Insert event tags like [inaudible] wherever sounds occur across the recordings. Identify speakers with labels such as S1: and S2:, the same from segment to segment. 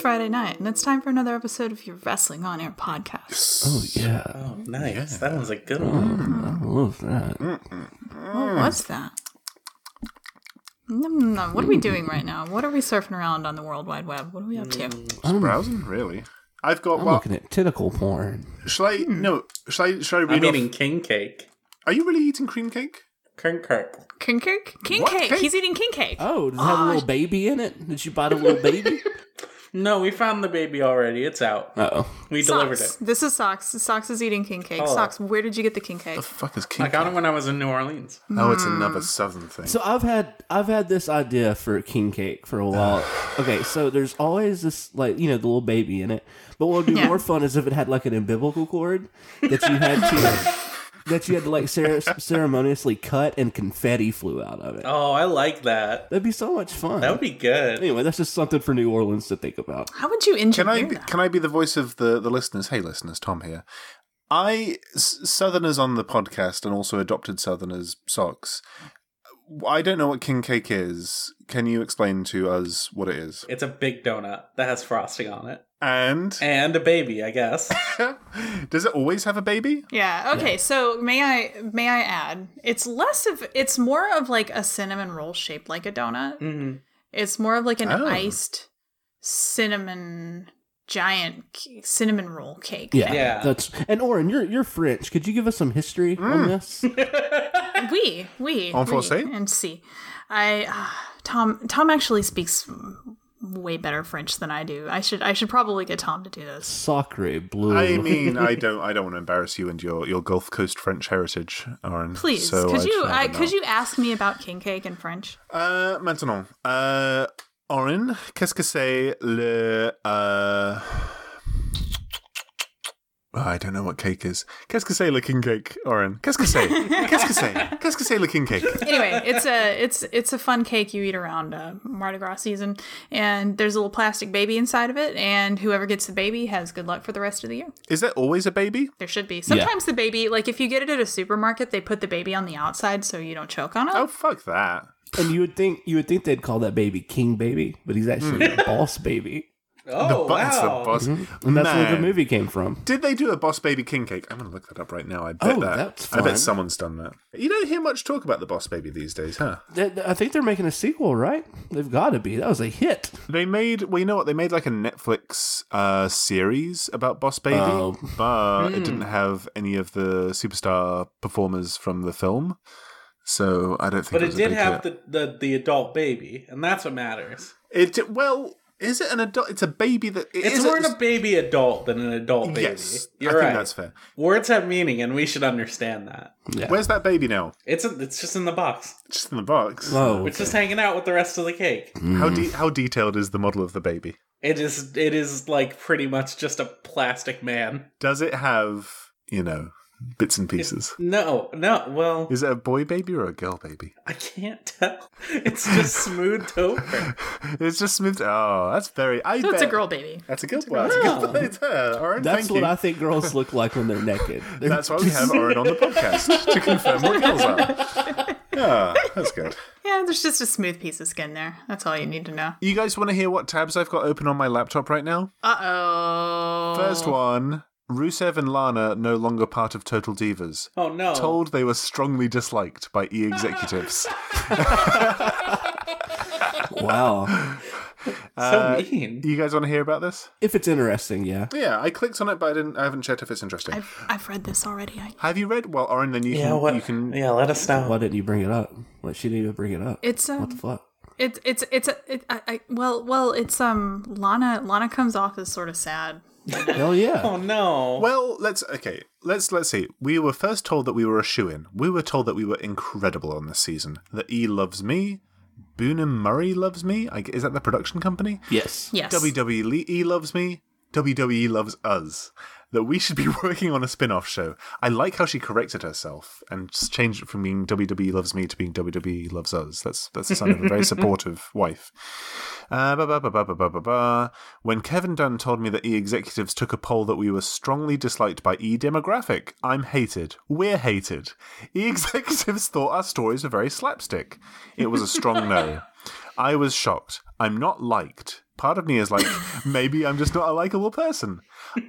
S1: Friday night, and it's time for another episode of your Wrestling on Air podcast.
S2: Oh yeah,
S3: Oh, nice. That one's a good
S4: Mm.
S3: one.
S2: I love that.
S3: Mm,
S1: What was that? Nom, nom. What are we doing right now? What are we surfing around on the World Wide Web? What are we up to?
S4: Mm.
S2: I'm,
S4: Browsing, really. I've got
S2: I'm
S4: well.
S2: looking at tentacle porn.
S4: Shall I?
S1: Hmm.
S4: No. Shall I? Shall I read?
S3: I'm
S4: off-
S3: eating king cake.
S4: Are you really eating cream cake?
S3: Kern Kirk.
S1: King cake? King
S4: What
S1: cake.
S4: cake?
S1: He's eating king cake.
S2: Oh, does it have a
S3: Ah,
S2: little baby in it? Did you buy the little [laughs] baby?
S3: No, we found the baby already. It's out.
S2: Oh,
S3: We delivered
S1: Socks.
S3: it.
S1: This is Socks. Socks is eating king cake.
S3: Oh.
S1: Socks, where did you get the king cake?
S4: The fuck is
S3: I
S4: king?
S3: got it when I was in New Orleans.
S4: No, it's another southern thing.
S2: so I've had I've had this idea for a king cake for a [sighs] while. Okay, so there's always this like you know the little baby in it, but what would be
S1: Yeah.
S2: more fun is if it had like an umbilical cord that you had to
S3: [laughs]
S2: that you had to like cere- ceremoniously cut and confetti flew out of it.
S3: Oh, I like that.
S2: That'd be so much fun.
S3: That would be good.
S2: anyway, that's just something for New Orleans to think about.
S1: How would you engineer
S4: can I? Be,
S1: that?
S4: can I be the voice of the the listeners? Hey, listeners, Tom here. I s- southerners on the podcast and also adopted southerners socks. I don't know what king cake is. Can you explain to us what it is?
S3: It's a big donut that has frosting on it.
S4: And
S3: And a baby, I [laughs] guess.
S4: does it always have a baby?
S1: Yeah. Okay. So may I may I add? It's less of it's more of like a cinnamon roll shaped like a donut.
S3: Mhm.
S1: It's more of like an
S4: Oh.
S1: iced cinnamon giant c- cinnamon roll cake.
S2: Yeah,
S3: Yeah.
S2: that's and Oren, you're you're French. Could you give us some history
S3: Mm.
S2: on this?
S1: We we
S4: En
S1: we,
S4: français?
S1: and see. I uh, Tom Tom actually speaks way better French than I do. I should I should probably get Tom to do this.
S2: Sacre bleu.
S4: I mean, [laughs] I don't. I don't want to embarrass you and your, your Gulf Coast French heritage, Aaron.
S1: Please,
S4: So
S1: could
S4: I'd
S1: you
S4: rather
S1: I,
S4: not.
S1: could you ask me about king cake in French?
S4: Euh, maintenant, euh, Oren, qu'est-ce que c'est le. euh, I don't know what cake is. Qu'est-ce que c'est le king cake, Oren? Qu'est-ce
S3: [laughs]
S4: que c'est? Qu'est-ce que c'est? Qu'est-ce que c'est le king cake?
S1: anyway, it's a it's it's a fun cake you eat around uh, Mardi Gras season, and there's a little plastic baby inside of it, and whoever gets the baby has good luck for the rest of the year.
S4: Is there always a baby?
S1: There should be. Sometimes the baby, like if you get it at a supermarket, they put the baby on the outside so you don't choke on it.
S4: Oh, fuck that.
S2: [laughs] and you would think you would think they'd call that baby King Baby, but he's actually
S4: Hmm.
S2: Boss Baby,
S3: Oh,
S4: But it's the
S3: wow.
S4: boss.
S2: Mm-hmm. and that's where the
S4: Man.
S2: movie came from.
S4: Did they do a boss baby king cake? I'm going to look that up right now. I bet
S2: Oh,
S4: that.
S2: that's
S4: I
S2: fun.
S4: bet someone's done that. You don't hear much talk about the boss baby these days, huh?
S2: Th- th- I think they're making a sequel, right? They've got to be. That was a hit.
S4: They made, well, you know what? They made like a Netflix uh, series about Boss Baby,
S2: Oh.
S4: but
S3: Hmm.
S4: it didn't have any of the superstar performers from the film. So I don't think.
S3: But
S4: it,
S3: it
S4: was
S3: did
S4: a big
S3: have
S4: hit.
S3: the, the, the adult baby, and that's what matters.
S4: It di- well, is it an adult? It's a baby that it
S3: It's
S4: is
S3: more a baby adult than an adult baby.
S4: Yes,
S3: You're
S4: I think
S3: right.
S4: that's fair.
S3: Words have meaning, and we should understand that.
S2: Yeah.
S4: Where's that baby now?
S3: It's a, it's just in the box.
S4: It's Just in the box.
S2: Whoa.
S3: It's just hanging out with the rest of the cake.
S4: How de- how detailed is the model of the baby?
S3: It is it is like pretty much just a plastic man.
S4: Does it have you know bits and pieces?
S3: No, no. Well,
S4: Is it a boy baby or a girl baby? [laughs]
S3: I can't tell. [laughs] It's just smoothed over.
S4: It's just smooth. Oh, that's very. I
S1: so it's a
S4: bet-
S1: girl baby.
S4: That's a good one. That's a good one. It's her. Oren,
S2: That's
S4: thank
S2: what
S4: you.
S2: I think girls look like when they're naked. They're
S4: [laughs] That's why we have Oren on the podcast to confirm what girls are. Yeah, that's good.
S1: Yeah, there's just a smooth piece of skin there. That's all you need to know.
S4: You guys want to hear what tabs I've got open on my laptop right now?
S1: Uh oh.
S4: First one Rusev and Lana no longer part of Total Divas.
S3: Oh no!
S4: [laughs] Told they were strongly disliked by E executives.
S2: wow.
S4: [laughs]
S3: so mean.
S4: uh, you guys want to hear about this?
S2: If it's interesting, yeah.
S4: Yeah, I clicked on it, but I didn't. I haven't checked if it's interesting.
S1: I've I've read this already. I,
S4: Have you read? Well, Oren, then you
S3: Yeah.
S4: can.
S3: What?
S4: You can.
S3: Yeah. Let us know.
S2: Why didn't you bring it up? Like she didn't even bring it up.
S1: it's um,
S2: what the fuck?
S1: It's it's it's a it, I, I, well well it's um Lana Lana comes off as sort of sad.
S2: Hell [laughs] yeah.
S3: Oh no!
S4: Well, let's okay. Let's let's see. We were first told that we were a shoe in. We were told that we were incredible on this season. That E loves me. Boone and Murray loves me. I, is that the production company?
S2: Yes.
S1: Yes.
S4: WWE E loves me. WWE loves us. That we should be [laughs] working on a spin off show. I like how she corrected herself and just changed it from being WWE loves me to being WWE loves us. That's that's the sign of a very supportive wife. Uh, ba, ba, ba, ba, ba, ba, ba, ba. When Kevin Dunn told me that E executives took a poll that we were strongly disliked by E demographic, I'm hated. We're hated. [laughs] E executives thought our stories were very slapstick. It was a strong no. I was shocked. I'm not liked. part of me
S1: [laughs]
S4: is like, maybe I'm just not a likable person.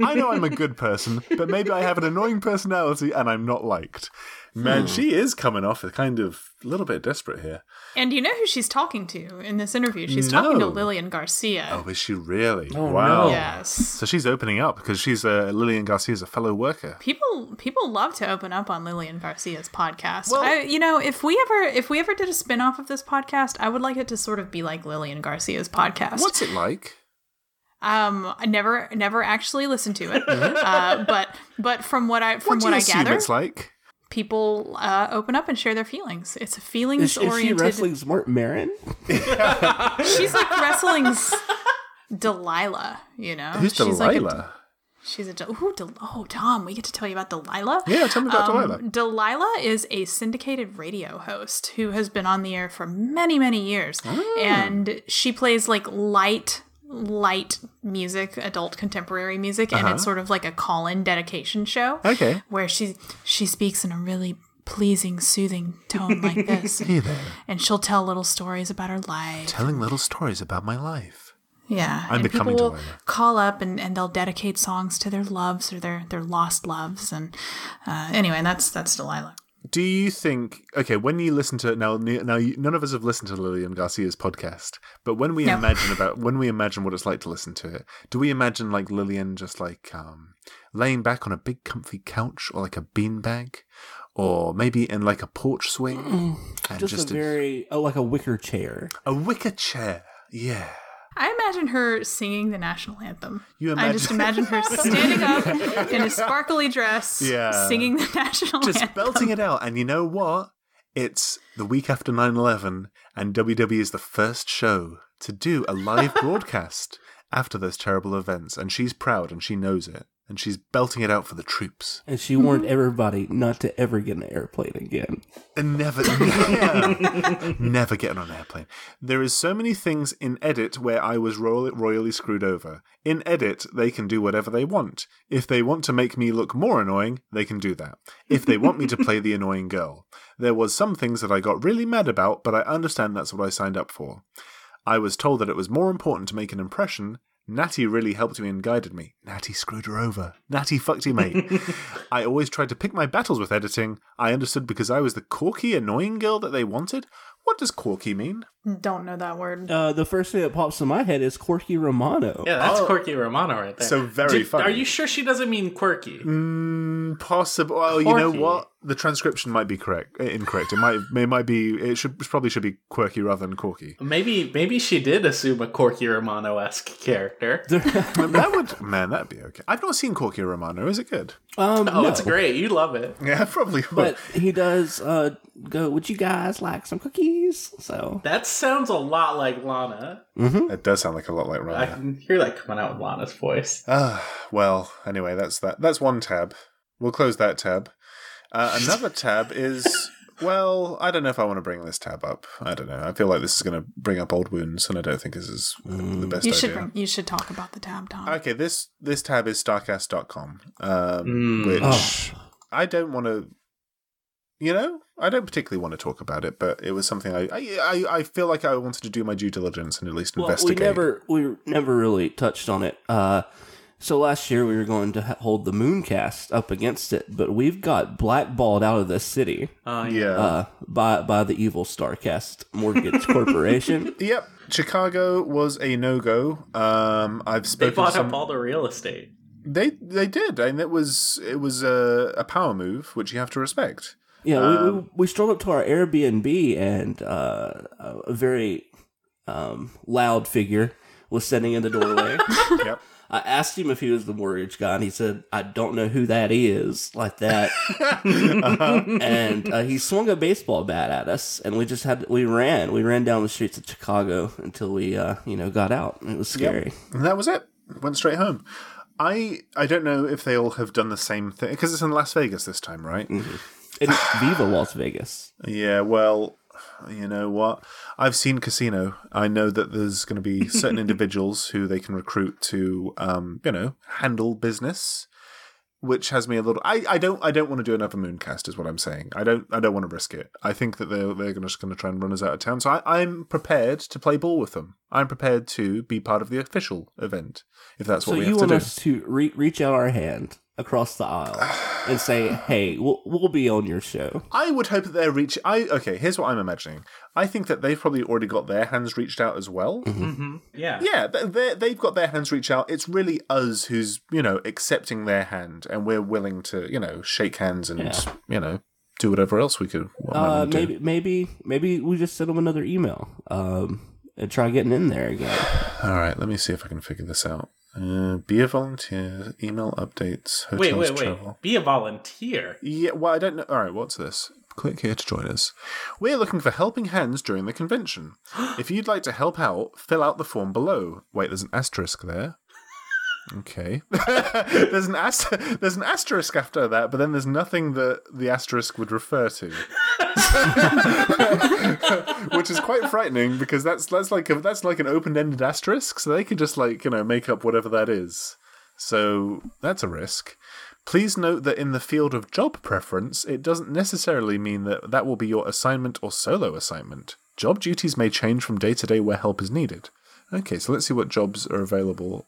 S4: I know I'm a good person, but maybe I have an annoying personality and I'm not liked. Man, she is coming off a kind of a little bit desperate here.
S1: And you know who she's talking to in this interview? She's talking to
S4: No.
S1: Lillian Garcia.
S4: Oh, is she really?
S3: Oh,
S4: wow.
S3: no.
S1: Yes.
S4: So she's opening up because she's uh, Lillian Garcia's a fellow worker.
S1: People people love to open up on Lillian Garcia's podcast.
S4: Well-
S1: I, you know, if we ever if we ever did a spin-off of this podcast, I would like it to sort of be like Lillian Garcia's podcast.
S4: What's it like?
S1: Um, I never never actually listened to it, [laughs] uh, but but from what I from
S4: Uh-huh. What
S1: what,
S4: do you
S1: I
S4: assume
S1: gather,
S4: it's like?
S1: people uh, open up and share their feelings. It's a
S2: Is,
S1: feelings
S2: she- is she
S1: oriented.
S2: wrestling's Mark Marin?
S1: She's
S4: [laughs]
S1: like wrestling's Delilah. You know,
S4: Who's
S1: Oh, she's
S4: Delilah?
S1: Like a, she's a Del- ooh, Del- oh Tom, we get to tell you about Delilah. Um,
S4: yeah, tell me about Delilah.
S1: Delilah is a syndicated radio host who has been on the air for many, many years.
S4: Ah.
S1: And she plays like light, light music, adult contemporary music, and it's sort of like a call-in dedication show.
S4: Uh-huh. Okay.
S1: Where she she speaks in a really pleasing, soothing tone like
S4: [laughs]
S1: this.
S4: Hey there,
S1: and she'll tell little stories about her life.
S4: telling little stories about my life.
S1: Yeah,
S4: I'm
S1: and people
S4: becoming
S1: will
S4: Delilah.
S1: call up and, and they'll dedicate songs to their loves or their, their lost loves. And uh, anyway, that's that's Delilah.
S4: Do you think okay when you listen to now now you, none of us have listened to Lillian Garcia's podcast, but when we
S1: No.
S4: imagine about when we imagine what it's like to listen to it, do we imagine like Lillian just like um, laying back on a big comfy couch or like a beanbag, or maybe in like a porch swing and
S2: Mm, Just,
S4: just,
S2: a
S4: a,
S2: very oh, like a wicker chair.
S4: a wicker chair? Yeah,
S1: I imagine her singing the national anthem.
S4: You
S1: I just imagine her
S4: [laughs]
S1: standing up in a sparkly dress,
S4: Yeah.
S1: singing the [laughs] national
S4: [laughs] just
S1: anthem.
S4: belting it out. And you know what? It's the week after 9 11, and WWE is the first show to do a live broadcast after those terrible events. And she's proud and she knows it. And she's belting it out for the troops.
S2: And she warned everybody not to ever get in an airplane again.
S4: And never, [laughs] yeah. never get on an airplane. There is so many things in edit where I was royally, royally screwed over. In edit, they can do whatever they want. If they want to make me look more annoying, they can do that. If they want me to play the [laughs] annoying girl, there was some things that I got really mad about, but I understand that's what I signed up for. I was told that it was more important to make an impression. Natty really helped me and guided me. Natty screwed her over. Natty fucked you, [laughs] mate. I always tried to pick my battles with editing. I understood because I was the quirky, annoying girl that they wanted. What does quirky mean?
S1: Don't know that word.
S2: Uh, the first thing that pops in my head is Corky Romano.
S3: Yeah, that's
S4: Oh.
S3: quirky Romano right there.
S4: So very funny.
S3: Are you sure she doesn't mean quirky?
S4: Mm, possible. Well, you know
S3: Quirky.
S4: what? The transcription might be correct. eh, Incorrect. It might. It might be. It should probably should be quirky rather than quirky.
S3: Maybe maybe she did assume a quirky Romano esque character.
S4: But that would. Man, that'd be okay. I've not seen Quirky Romano. Is it good?
S2: [laughs] Um,
S3: Oh,
S2: no.
S3: it's great. You love it.
S4: Yeah, [laughs] probably. Would.
S2: But he does uh, go, would you guys like some cookies? So
S3: That sounds a lot like Lana.
S4: it does sound like a lot like Romano.
S3: I can hear that coming out with Lana's voice.
S4: Ah, well, anyway, that's that. That's one tab. We'll close that tab. Uh, another tab
S2: [laughs]
S4: is, well, I don't know if I want to bring this tab up. I don't know. I feel like this is going to bring up old wounds, and I don't think this is
S2: Mm.
S4: the best
S1: you
S4: idea.
S1: should bring, you should talk about the tab, Tom.
S4: okay, this this tab is starcast.com, um,
S3: Mm.
S4: which
S2: Oh.
S4: I don't want to. You know, I don't particularly want to talk about it, but it was something I I, I, I feel like I wanted to do my due diligence and at least
S2: well, we
S4: investigate.
S2: never we never really touched on it. Uh, so last year we were going to ha- hold the Mooncast up against it, but we've got blackballed out of the city
S3: Uh,
S4: yeah.
S2: uh, by by the evil Starcast Mortgage
S3: [laughs]
S2: Corporation.
S4: Yep, Chicago was a no go. Um, I've
S3: They
S4: spoken.
S3: bought
S4: to some-
S3: up all the real estate.
S4: They they did, and it was it was a, a power move which you have
S3: [laughs]
S4: to respect.
S2: Yeah, we, we we strolled up to our Airbnb and uh, a a very um, loud figure was standing in the doorway.
S4: yep.
S2: I asked him if he was the mortgage guy, and he said, "I don't know who that is," like that. And uh, he swung a baseball bat at us, and we just had we ran, we ran down the streets of Chicago until we, uh, you know, got out. It was scary.
S4: And that was it. Went straight home. I I don't know if they all have done the same thing because it's in Las Vegas this time, right?
S2: And it's Viva Las Vegas.
S4: Yeah. Well, you know what? I've seen Casino. I know that there's going to
S2: [laughs]
S4: be certain individuals who they can recruit to, um, you know, handle business. which has me a little. I, I don't I don't want to do another Mooncast, is what I'm saying. I don't I don't want to risk it. I think that they're they're gonna- just going to try and run us out of town. So I, I'm prepared to play ball with them. I'm prepared to be part of the official event if that's what
S2: so
S4: we
S2: you
S4: have
S2: want
S4: to do.
S2: us to re- reach out our hand across the aisle and
S4: [sighs]
S2: say, "Hey, we'll, we'll be on your show."
S4: I would hope that they're reach. I okay. Here's what I'm imagining. I think that they've probably already got their hands reached out as well.
S3: Mm-hmm. Yeah.
S4: Yeah, th- they're- they've got their hands reached out. It's really us who's you know accepting their hand, and we're willing to you know shake hands and
S2: Yeah.
S4: you know do whatever else we could. What might
S2: Uh,
S4: wanna do.
S2: maybe maybe maybe we just send them another email um, and try getting in there again.
S4: All right, let me see if I can figure this out. Uh, be a volunteer. Email updates. Hotels
S3: Wait, wait, wait.
S4: travel.
S3: Be a volunteer.
S4: Yeah, well, I don't know. All right, what's this? Click here to join us. We're looking for helping hands during the convention. if you'd like to help out, fill out the form below. Wait, there's an asterisk there. Okay. [laughs] there's an aster- [laughs] there's an asterisk after that, but then there's nothing that the asterisk would refer to. Which is quite frightening because that's that's like a, that's like an open-ended asterisk, so they could just like, you know, make up whatever that is. So that's a risk. Please note that in the field of job preference, it doesn't necessarily mean that that will be your assignment or solo assignment. Job duties may change from day to day where help is needed. Okay, so let's see what jobs are available.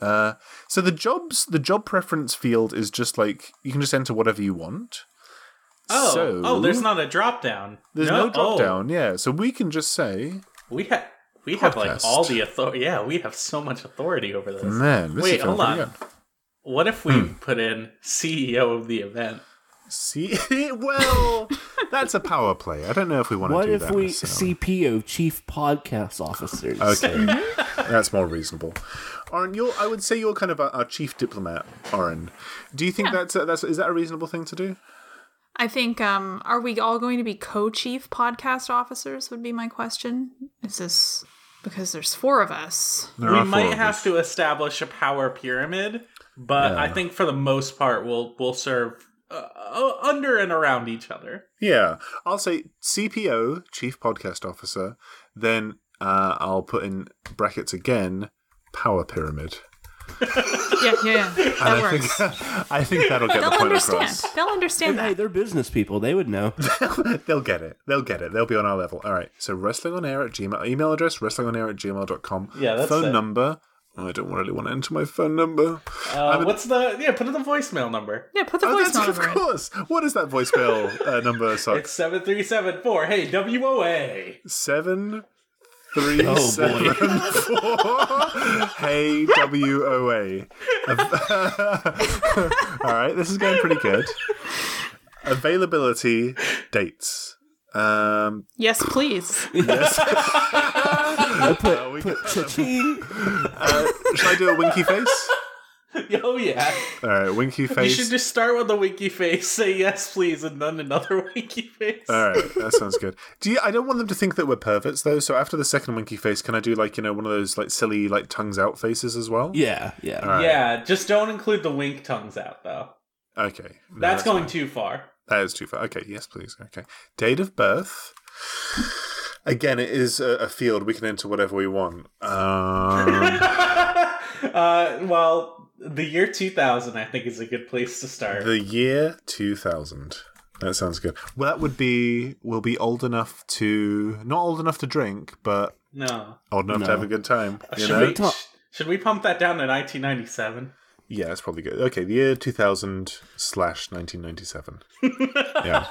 S4: Uh, so the jobs, the job preference field is just like you can just enter whatever you want.
S3: Oh,
S4: So-
S3: oh, there's not a drop down.
S4: There's no,
S3: oh.
S4: drop down, yeah. So we can just say,
S3: We have we have like
S4: Podcast.
S3: all the authority. Yeah, we have so much authority over this.
S4: man, this
S3: Wait,
S4: is going
S3: hold on.
S4: pretty good. Hmm.
S3: What if we put in CEO of the event?
S4: See, [laughs] well, that's a power play. I don't know if we want
S2: What
S4: to do
S2: if
S4: that.
S2: we
S4: necessarily.
S2: CPO Chief Podcast Officers?
S4: Okay, that's more reasonable. Oren, you're, I would say you're kind of our, our chief diplomat, Oren. Do you think that's a, that's is that a reasonable thing to do?
S1: I think um are we all going to be co-chief podcast officers would be my question. Is this because there's four of us?
S4: There
S3: we might have to establish a power pyramid, but I think for the most part we'll we'll serve uh, uh, under and around each other.
S4: Yeah, I'll say CPO, chief podcast officer. Then uh, I'll put in brackets again. Power pyramid.
S1: Yeah, yeah, yeah. That
S4: I
S1: works.
S4: think, [laughs] I think that'll get the
S1: They'll
S4: point
S1: understand.
S4: across.
S1: They'll understand
S2: Hey,
S1: that.
S2: they're business people. They would
S4: [laughs]
S2: know.
S4: They'll get it. They'll get it. They'll be on our level. All right. So wrestling on air at Gmail email address wrestling on air at gmail.com.
S3: Yeah, that's
S4: phone
S3: it.
S4: number. I don't really want to enter my phone number.
S3: Uh, what's the yeah? Put in the voicemail number.
S1: Yeah, put the
S4: Oh,
S1: voice
S4: that's, of
S1: over it.
S4: course. What is that
S3: [laughs]
S4: voicemail uh, number? Sorry,
S3: It's seven three seven four. Hey WOA.
S4: seven three
S2: Oh, boy.
S4: seven
S3: [laughs]
S4: four. Hey, W O A. [laughs] All right, this is going pretty good. Availability dates. Um,
S1: Yes, please.
S4: uh, we-
S2: Cha-ching.
S4: uh, should I do a winky face?
S3: [laughs] Oh yeah.
S4: All right, winky
S3: You
S4: face.
S3: should just start with a winky face, [laughs] say yes please, and then another [laughs] winky face.
S4: All right, that sounds good. Do you, I don't want them to think that we're perverts though. So after the second winky face, can I do like you know one of those like silly like tongues out faces as well?
S2: Yeah, yeah.
S4: All right.
S3: Yeah, just don't include the wink tongues out though.
S4: Okay. No,
S3: That's going too far. [laughs]
S4: That is too far. Okay, yes, please. Okay. Date of birth. Again, it is a, a field. We can enter whatever we want.
S3: [laughs]
S4: Um,
S3: uh, well, the year 2000, I think, is a good place to start.
S4: the year 2000. That sounds good. Well, that would be, we'll be old enough to, not old enough to drink, but
S3: no.
S4: old enough to have a good time. You
S3: Should,
S4: know?
S3: we, sh- should we pump that down to 1997?
S4: Yeah, that's probably good. Okay, the year 2000
S1: [laughs]
S4: slash 1997. yeah.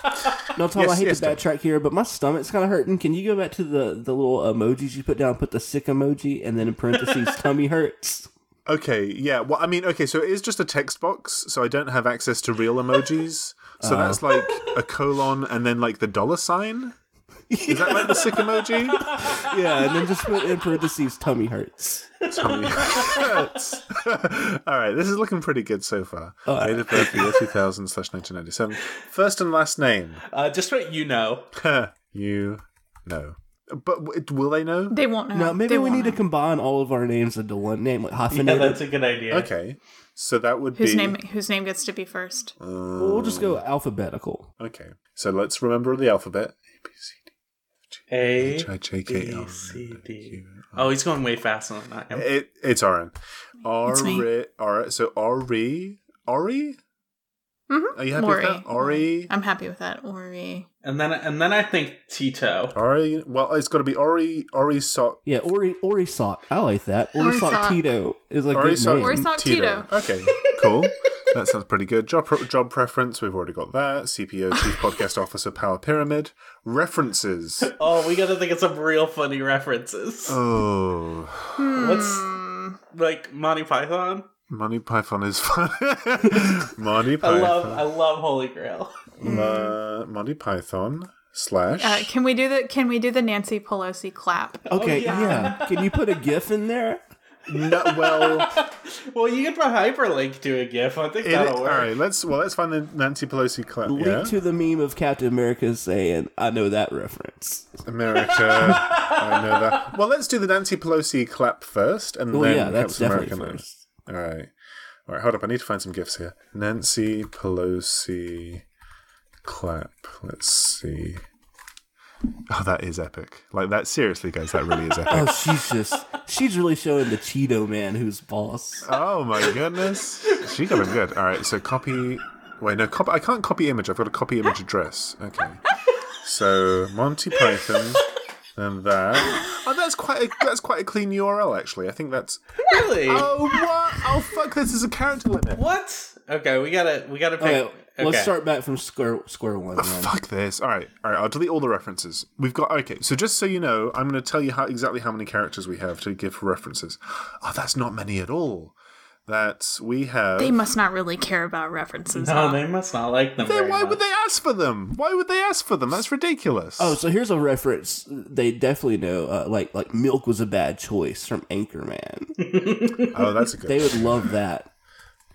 S2: No, Tom, I
S4: Yes,
S2: hate
S4: yes,
S2: to
S4: Tom.
S2: backtrack here, but my stomach's kind of hurting. Can you go back to the, the little emojis you put down? Put the sick emoji and then in
S4: [laughs]
S2: parentheses, tummy hurts.
S4: Okay, yeah. Well, I mean, okay, so it is just a text box, so I don't have access to real emojis. So
S1: Uh.
S4: that's like a colon and then like the dollar sign. Is that like the
S1: [laughs]
S4: sick emoji?
S2: Yeah, and then just put in parentheses, tummy hurts.
S4: Tommy Hurts. [laughs] All right, this is looking pretty good so far. Date of birth, the year 2000 slash 1997. First and last name. [laughs]
S3: Uh, just what you know.
S4: you know. But w- will they know?
S1: They won't know.
S2: Now, maybe
S1: They
S2: we
S1: won't
S2: need to
S1: know.
S2: combine all of our names into one name, like
S3: Yeah,
S2: hyphenated.
S3: [laughs] that's a good idea.
S4: Okay, so that would
S1: whose
S4: be.
S1: name whose name gets to be first.
S2: we'll just go alphabetical.
S4: Okay, so let's remember the alphabet. A, B, C, D,
S3: A,
S4: H, I, J, K,
S3: B,
S4: L, M,
S3: C,
S4: N, O,
S3: D.
S4: Q,
S3: Oh, he's going way faster than I am.
S4: It, it's Oren. R
S1: It's me.
S4: R so R E Ori?
S1: Mhm.
S4: Are you happy with that? Ori?
S1: I'm happy with that. Ori.
S3: And then and then I think Tito.
S4: Ori? Well, it's got to be Ori, Ori Sock.
S2: Yeah, Ori Ori sock. I like that. Ori,
S1: Ori
S2: sock,
S1: sock.
S2: Tito is like
S4: Ori
S2: great
S4: Sock.
S2: name.
S1: Ori sock Tito.
S4: Okay, cool. That sounds pretty good. Job, job preference, we've already got that. CPO, Chief Podcast Officer, Power Pyramid. References.
S3: Oh, we gotta think of some real funny references.
S4: Oh.
S3: What's like Monty Python?
S4: Monty Python is [laughs] fun. Monty
S3: I
S4: Python.
S3: love I love Holy
S4: [laughs]
S3: Grail.
S2: Mm.
S4: Uh, Monty Python slash.
S1: Uh, can we do the Can we do the Nancy Pelosi clap?
S2: Okay,
S3: yeah.
S2: yeah. Can you put a GIF in there?
S4: [laughs] no, well,
S3: Well, you could put hyperlink to a GIF. I think
S4: it,
S3: that'll
S4: all
S3: work.
S4: right. Let's well, let's find the Nancy Pelosi clip.
S2: Link
S4: Yeah,
S2: to the meme of Captain America saying, "I know that reference."
S4: America.
S2: [laughs]
S4: I know that. Well, let's do the Nancy Pelosi clap first, and
S2: Well,
S4: then
S2: Oh, yeah, that's
S4: Captain
S2: definitely
S4: America
S2: first.
S4: All right, all right. Hold up, I need to find some gifs here. Nancy Pelosi clap. Let's see. Oh, that is epic! Like that. Seriously, guys, that really
S2: [laughs]
S4: is epic.
S2: Oh, she's just she's really showing the Cheeto man who's boss.
S4: Oh my goodness. She got him good. All right, so copy. Wait, no, copy. I can't copy image. I've got to copy image address. Okay. So Monty Python, and that. Oh, that's quite a, that's quite a clean URL actually. I think that's.
S3: Really?
S4: Oh what? Oh fuck! This is a character limit.
S3: What? Okay, we gotta we gotta pick.
S2: Okay,
S3: Okay,
S2: let's start back from square square one. man.
S4: Fuck this. All right, all right. I'll delete all the references. We've got okay. So just so you know, I'm going to tell you how exactly how many characters we have to give for references. Oh, that's not many at all. That's we have.
S1: They must not really care about references.
S3: No,
S1: huh?
S3: they must not like them.
S4: Then
S3: very
S4: why would
S3: much.
S4: they ask for them? Why would they ask for them? That's ridiculous.
S2: Oh, so here's a reference they definitely know. Uh, like like milk was a bad choice from Anchorman.
S4: oh that's a good.
S2: They would love that.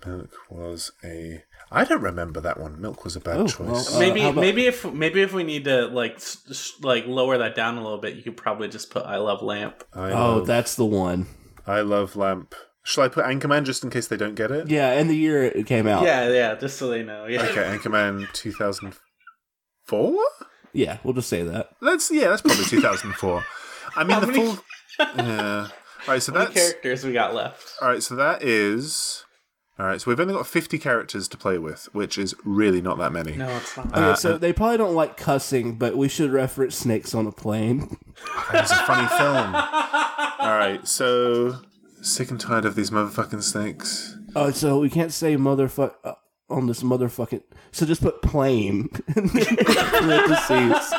S4: Milk was a. I don't remember that one. Milk was a bad
S2: Oh,
S4: choice.
S2: well, uh,
S3: Maybe
S2: how about-
S3: maybe if maybe if we need to like s- s- like lower that down a little bit, you could probably just put I love lamp.
S4: [laughs] I,
S2: Oh,
S4: love,
S2: that's the one.
S4: I love lamp. Shall I put Anchorman just in case they don't get it?
S2: Yeah, and the year it came out.
S3: Yeah, yeah, just so they know. Yeah.
S4: Oh. Okay, Anchorman two thousand four.
S2: Yeah, we'll just say that.
S4: That's yeah. That's [laughs] probably two thousand four. I mean
S3: How
S4: the
S2: [laughs]
S3: many-
S4: full. Yeah. All right. So
S3: How many
S4: that's
S3: characters we got left?
S4: all right. So that is. All right, so we've only got 50 characters to play with, which is really not that many.
S3: No, it's not.
S4: Uh,
S2: Okay, so they probably don't like cussing, but we should reference snakes on a plane.
S4: [laughs] It's a funny film. All right, so sick and tired of these motherfucking snakes.
S2: Uh, so we can't say motherfuck uh, on this motherfucking. So just put plane. [laughs] in parentheses.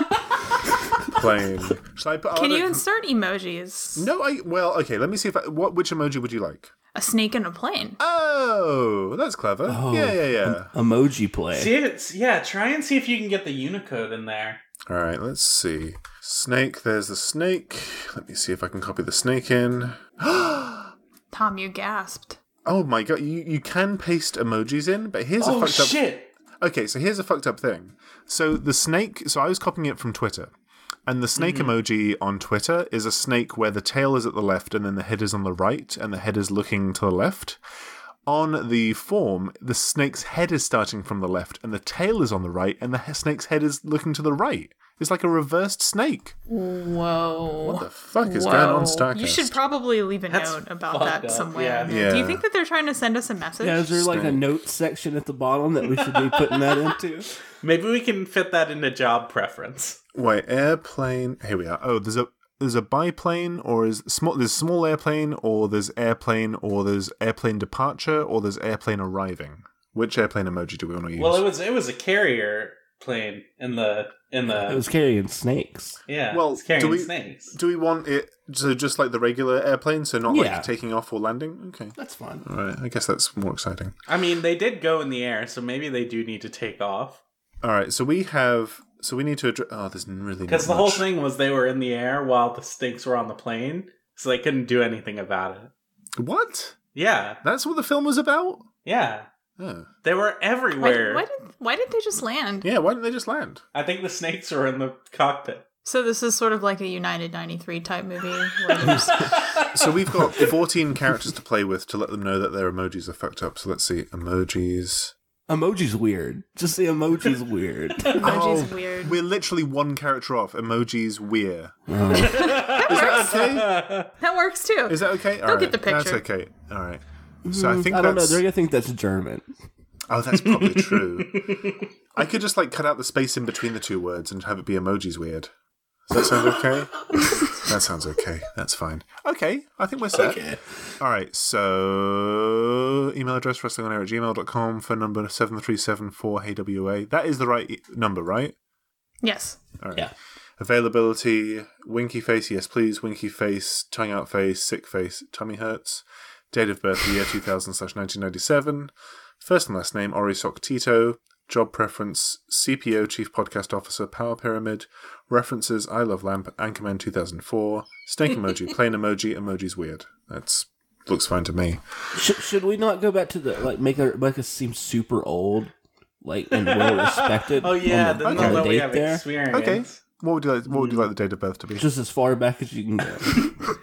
S4: Plain. Shall I put?
S1: Can
S4: oh,
S1: you
S4: no-
S1: insert emojis?
S4: No, I. Well, okay. Let me see if I, what which emoji would you like?
S1: A snake in a plane.
S4: Oh, that's clever. yeah, yeah, yeah.
S2: Emoji play.
S3: See if it's yeah. Try and see if you can get the Unicode in there.
S4: All right, let's see. Snake. There's the snake. Let me see if I can copy the snake in.
S1: Tom, you gasped.
S4: Oh my god, you, you can paste emojis in, but here's a
S3: Oh
S4: fucked up
S3: shit!
S4: Okay, so here's a fucked up thing. So the snake, so I was copying it from Twitter. And the snake
S1: Mm-hmm.
S4: emoji on Twitter is a snake where the tail is at the left and then the head is on the right and the head is looking to the left. On the form, the snake's head is starting from the left and the tail is on the right and the he- snake's head is looking to the right. It's like a reversed snake.
S1: Whoa.
S4: What the fuck is going on, Starcast?
S1: You should probably leave a
S3: That's
S1: note about
S3: fucked
S1: that
S3: up,
S1: somewhere.
S3: yeah.
S1: Do
S4: Yeah.
S1: you think that they're trying to send us a message?
S2: Yeah, is there like a
S4: Snake.
S2: note section at the bottom that we should be putting that
S4: [laughs]
S2: into?
S3: Maybe we can fit that into job preference.
S4: Wait, airplane. Here we are. Oh, there's a there's a biplane, or is small. There's small airplane, or there's airplane, or there's airplane departure, or there's airplane arriving. Which airplane emoji do we want to use?
S3: Well, it was it was a carrier plane in the in the
S2: It was carrying snakes.
S3: yeah.
S4: Well,
S3: it's carrying
S4: do we-
S3: snakes.
S4: do we want it so just like the regular airplane, so not
S2: Yeah.
S4: like taking off or landing? Okay.
S2: That's fun.
S4: All right. I guess that's more exciting.
S3: I mean, they did go in the air, so maybe they do need to take off.
S4: All right. So we have. So we need to address. Oh, there's really
S3: Because
S4: not
S3: the whole
S4: much.
S3: thing was they were in the air while the stinks were on the plane, so they couldn't do anything about it.
S4: What?
S3: Yeah,
S4: That's what the film was about.
S3: yeah.
S4: Oh.
S3: They
S1: why,
S3: were everywhere.
S1: why did why did they just land?
S4: Yeah. Why didn't they just land?
S3: I think the snakes were in the cockpit.
S1: So this is sort of like a United 93 type movie.
S4: [laughs]
S1: Where there's-
S4: So we've got 14 characters to play with to let them know that their emojis are fucked up. So let's see. Emojis.
S2: Emoji's weird. Just the
S3: [laughs]
S2: emoji's weird.
S4: Oh,
S1: emojis weird.
S4: We're literally one character off. Emojis weird.
S2: Oh,
S4: Is that okay?
S1: That works too.
S4: Is that okay? All
S1: get the
S4: That's
S1: picture.
S4: okay. All right. So I think
S2: Mm-hmm. I don't know.
S4: that's
S2: They're gonna think that's German.
S4: Oh, that's probably true. I could just like cut out the space in between the two words and have it be emojis weird. Does that sound okay? that sounds okay. That's fine. Okay, I think we're set.
S2: Okay.
S4: All right, so email address wrestlingonair at gmail.com, phone number 7374 HWA. That is the right e- number, right?
S1: Yes.
S2: Yeah.
S4: Availability, winky face, yes please, winky face, tongue out face, sick face, tummy hurts. Date of birth, the year 2000 slash 1997. First and last name, Orisok Tito. Job preference, CPO, Chief Podcast Officer, Power Pyramid. References, I Love Lamp, Anchorman 2004. Snake [laughs] emoji, plain emoji, emoji's weird. That's looks fine to me.
S2: Should, should we not go back to the like make her make us seem super old, like and well
S3: [laughs]
S2: respected?
S3: Oh yeah,
S2: on the,
S3: then
S2: on
S3: they'll
S2: the
S3: know we
S2: date
S3: have
S2: there?
S3: experience.
S4: Okay. What would you like? What would you like the date of birth to be?
S2: Just as far back as you can
S3: [laughs]
S2: go.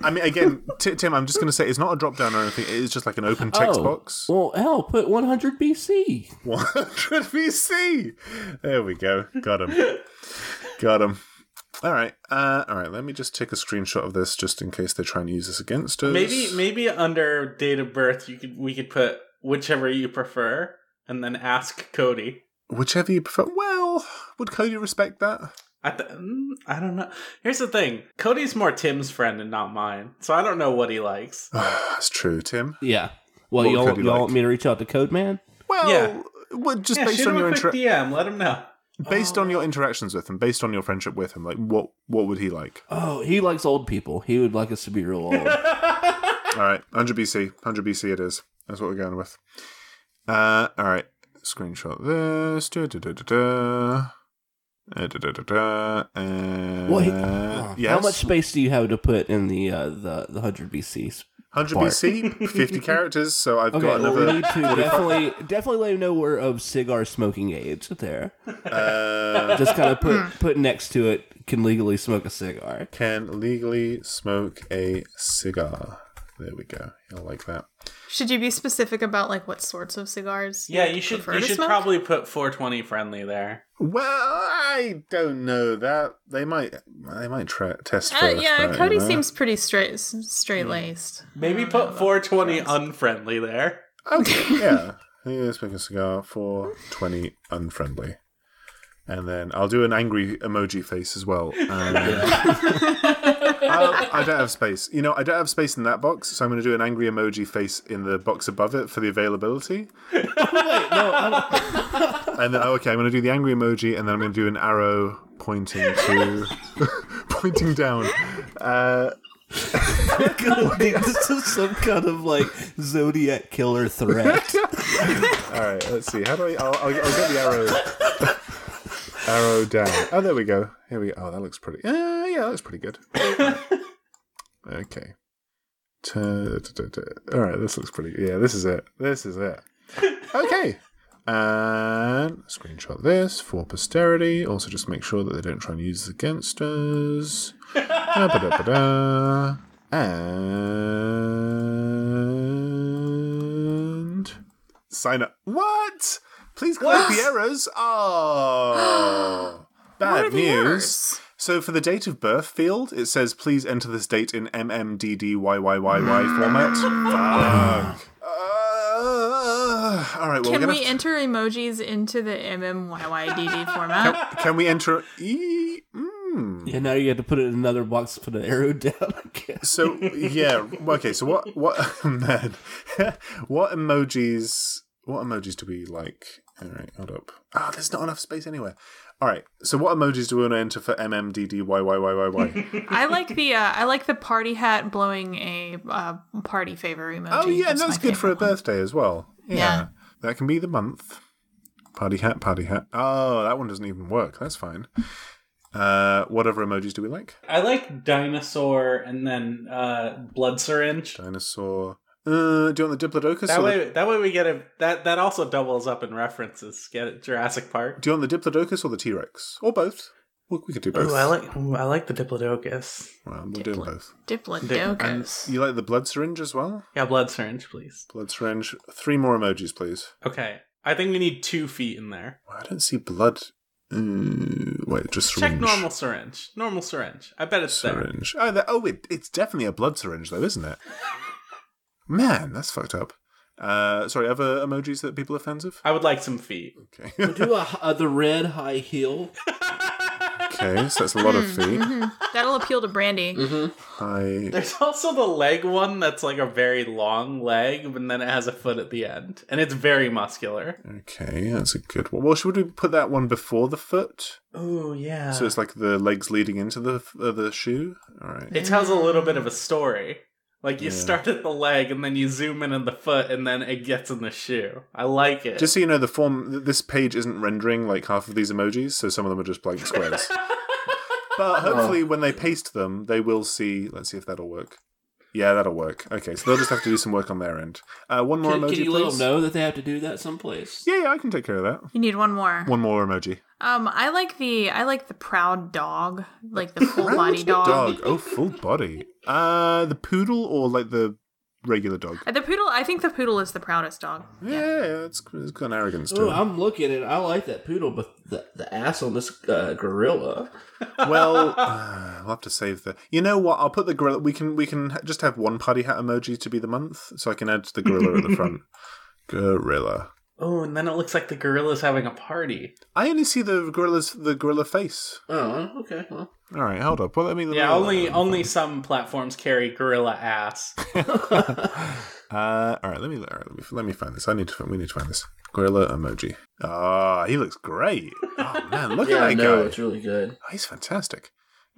S4: I mean, again, Ti- Tim, I'm just going to say it's not a drop down or anything. It is just like an open text
S2: Oh,
S4: box.
S2: Well, hell, put 100 BC.
S4: 100 VC. There we go. Got him. Got him. All right. Uh, all right. Let me just take a screenshot of this just in case they try and use this against us.
S3: Maybe maybe under date of birth you could we could put whichever you prefer and then ask Cody.
S4: Whichever you prefer. Well, would Cody respect that? [sighs]
S3: I, th- mm, I don't know. Here's the thing. Cody's more Tim's friend and not mine. So I don't know what he likes.
S4: That's true, Tim.
S2: Yeah. Well,
S4: What
S2: y'all,
S4: could
S2: y'all
S4: you
S2: want
S4: like?
S2: me to reach out to Code Man?
S4: Well,
S3: Yeah.
S4: well, just
S3: Yeah,
S4: based
S3: shoot
S4: on
S3: him
S4: your
S3: a
S4: inter-
S3: quick DM. Let him know.
S4: based on your interactions with him, based on your friendship with him, like what what would he like?
S2: Oh, he likes old people. He would like us to be real old.
S3: [laughs]
S4: All right, 100 BC. 100 BC it is. That's what we're going with. Uh, all right. Screenshot this. Da, da, da, da, da. Uh, da, da, da, da. And
S2: Well, he-
S3: Uh,
S4: yes.
S2: How much space do you have to put in the uh, the, the 100 BC?
S4: 100
S2: Bart?
S4: BC,
S2: [laughs]
S4: 50 characters, so I've
S2: Okay,
S4: got
S2: well, we
S4: another.
S2: need to definitely, definitely let him know we're of cigar smoking age there.
S4: Uh,
S2: Just kind of put, put next to it, can legally smoke a [laughs] cigar.
S4: can legally smoke a cigar. There we go. He'll like that.
S1: Should you be specific about like what sorts of cigars?
S3: Yeah, you should
S1: prefer
S3: you
S1: to
S3: should
S1: smoke?
S3: probably put 420 friendly there.
S4: Well, I don't know that they might they might try test
S1: Uh,
S4: first.
S1: yeah,
S4: right,
S1: Cody
S4: you know?
S1: seems pretty straight, straight laced.
S3: Maybe put 420 unfriendly there.
S4: Okay, [laughs] yeah. Here's smoking a cigar for 20 unfriendly. And then I'll do an angry emoji face as well. Um, [laughs] I, I don't have space. You know, I don't have space in that box, so I'm going to do an angry emoji face in the box above it for the availability. [laughs] And then, oh, okay, Oh, I'm going to do the angry emoji, and then I'm going to do an arrow pointing to, [laughs] pointing down. Uh,
S2: this is some kind of like Zodiac killer threat.
S4: All right, let's see. How do I? I'll, I'll, I'll get the arrow. [laughs] arrow down. Oh, there we go. Here we. Oh, that looks pretty. Uh, yeah, that looks pretty good. okay. Ta- ta- ta- ta. All right, this looks pretty. Yeah, this is it. This is it. Okay.
S1: [laughs]
S4: And screenshot this for posterity. Also, just make sure that they don't try and use this against us. Da-ba-da-ba-da. And sign up. What? Please click
S1: [gasps]
S4: the errors. Oh,
S1: What are
S4: bad
S1: the
S4: news.
S1: errors?
S4: So for the date of birth field, it says please enter this date in MMDDYYYY
S1: Mm. [laughs]
S4: format. Fuck. Uh, all right. Well, we're
S1: Can
S4: gonna
S1: we
S4: have
S1: enter emojis into the
S4: [laughs]
S1: MMYYDD format?
S4: to- can we enter? E-
S2: [laughs]
S4: mm.
S2: and now you have to put it in another box, put an arrow [laughs] down. I guess.
S4: So yeah. Okay. So what? What? [laughs] man, what emojis? What emojis do we like? All right. Hold up. Ah, there's not enough space anywhere. All right. So what emojis do we want to enter for MMDDYYYYY?
S1: I like the uh, I like the party hat blowing a uh, party favor emoji.
S4: oh yeah, and
S1: my
S4: that's good for a
S1: favorite one.
S4: birthday as well. Yeah.
S1: Yeah.
S4: That can be the month. Party hat, party hat. Oh, that one doesn't even work. That's fine. Uh, what other emojis do we like?
S3: I like dinosaur and then uh, blood syringe.
S4: Dinosaur. Uh, do you want the Diplodocus?
S3: That
S4: or the-
S3: way, that way we get a that that also doubles up in references. Get it, Jurassic Park.
S4: do you want the Diplodocus or the T Rex or both? We, we could do both.
S3: Ooh, I like ooh, I like the Diplodocus.
S4: Well, we'll do them
S1: Diplo-
S4: both.
S1: Diplodocus.
S4: You like the blood syringe as well?
S3: Yeah, blood syringe, please.
S4: Blood syringe. Three more emojis, please.
S3: Okay, I think we need two feet in there.
S4: Well, I don't see blood. Mm, wait, just syringe.
S3: Check normal syringe. Normal syringe. I bet it's there.
S4: syringe. [laughs] Oh, the, oh it, it's definitely a blood syringe, though, isn't it? Man, that's fucked up. Uh, sorry, other emojis that people are fans of?
S3: I would like some feet.
S4: Okay.
S2: Do a, uh, the red high heel.
S4: okay, so that's a lot of [laughs] feet.
S1: That'll appeal to Brandy.
S3: Mm-hmm.
S4: High
S3: There's also the leg one that's like a very long leg, and then it has a foot at the end, and it's very muscular.
S4: Okay, that's a good one. Well, should we put that one before the foot?
S3: Oh yeah.
S4: So it's like the legs leading into the uh, the shoe. All right.
S3: it tells a little bit of a story. Like you start at the leg, and then you zoom in on the foot, and then it gets in the shoe. I like it.
S4: Just so you know, the form th- this page isn't rendering like half of these emojis, so some of them are just
S2: [laughs]
S4: blank squares. but hopefully, when they paste them, they will see. Let's see if that'll work. Yeah, that'll work. Okay, so they'll just have to do some work on their end. Uh, one more
S2: Can,
S4: emoji,
S2: can you let
S4: please.
S2: them know that they have to do that someplace?
S4: Yeah, yeah, I can take care of that.
S1: You need one more.
S4: One more emoji.
S1: Um, I like the I like the proud dog, like the full body dog.
S4: Dog. Oh, full body. Uh, the poodle or like the regular dog.
S1: Uh, The poodle. I think the poodle is the proudest dog.
S4: Yeah, yeah, it's, it's got an arrogance to
S2: Ooh,
S4: it.
S2: I'm looking and I like that poodle, but the, the ass on this uh, gorilla.
S3: [laughs]
S4: Well, uh, we'll have to save the. You know what? I'll put the gorilla. We can we can ha- just have one party hat emoji to be the month, so I can add the gorilla at
S3: [laughs]
S4: the front. Gorilla.
S3: oh, and then it looks like the gorilla's having a party.
S4: I only see the gorilla's the gorilla face.
S2: Oh, okay. Well,
S4: All right, hold up. Well, let me.
S3: Yeah, only only some platforms carry gorilla ass.
S4: Uh, all right, let me, all right, let me let me find this. I need to find- we need to find this gorilla emoji. Ah, he looks great. Oh man, look
S2: yeah,
S4: at
S2: I
S4: that
S2: know.
S4: guy.
S2: It's really good.
S4: Oh, he's fantastic.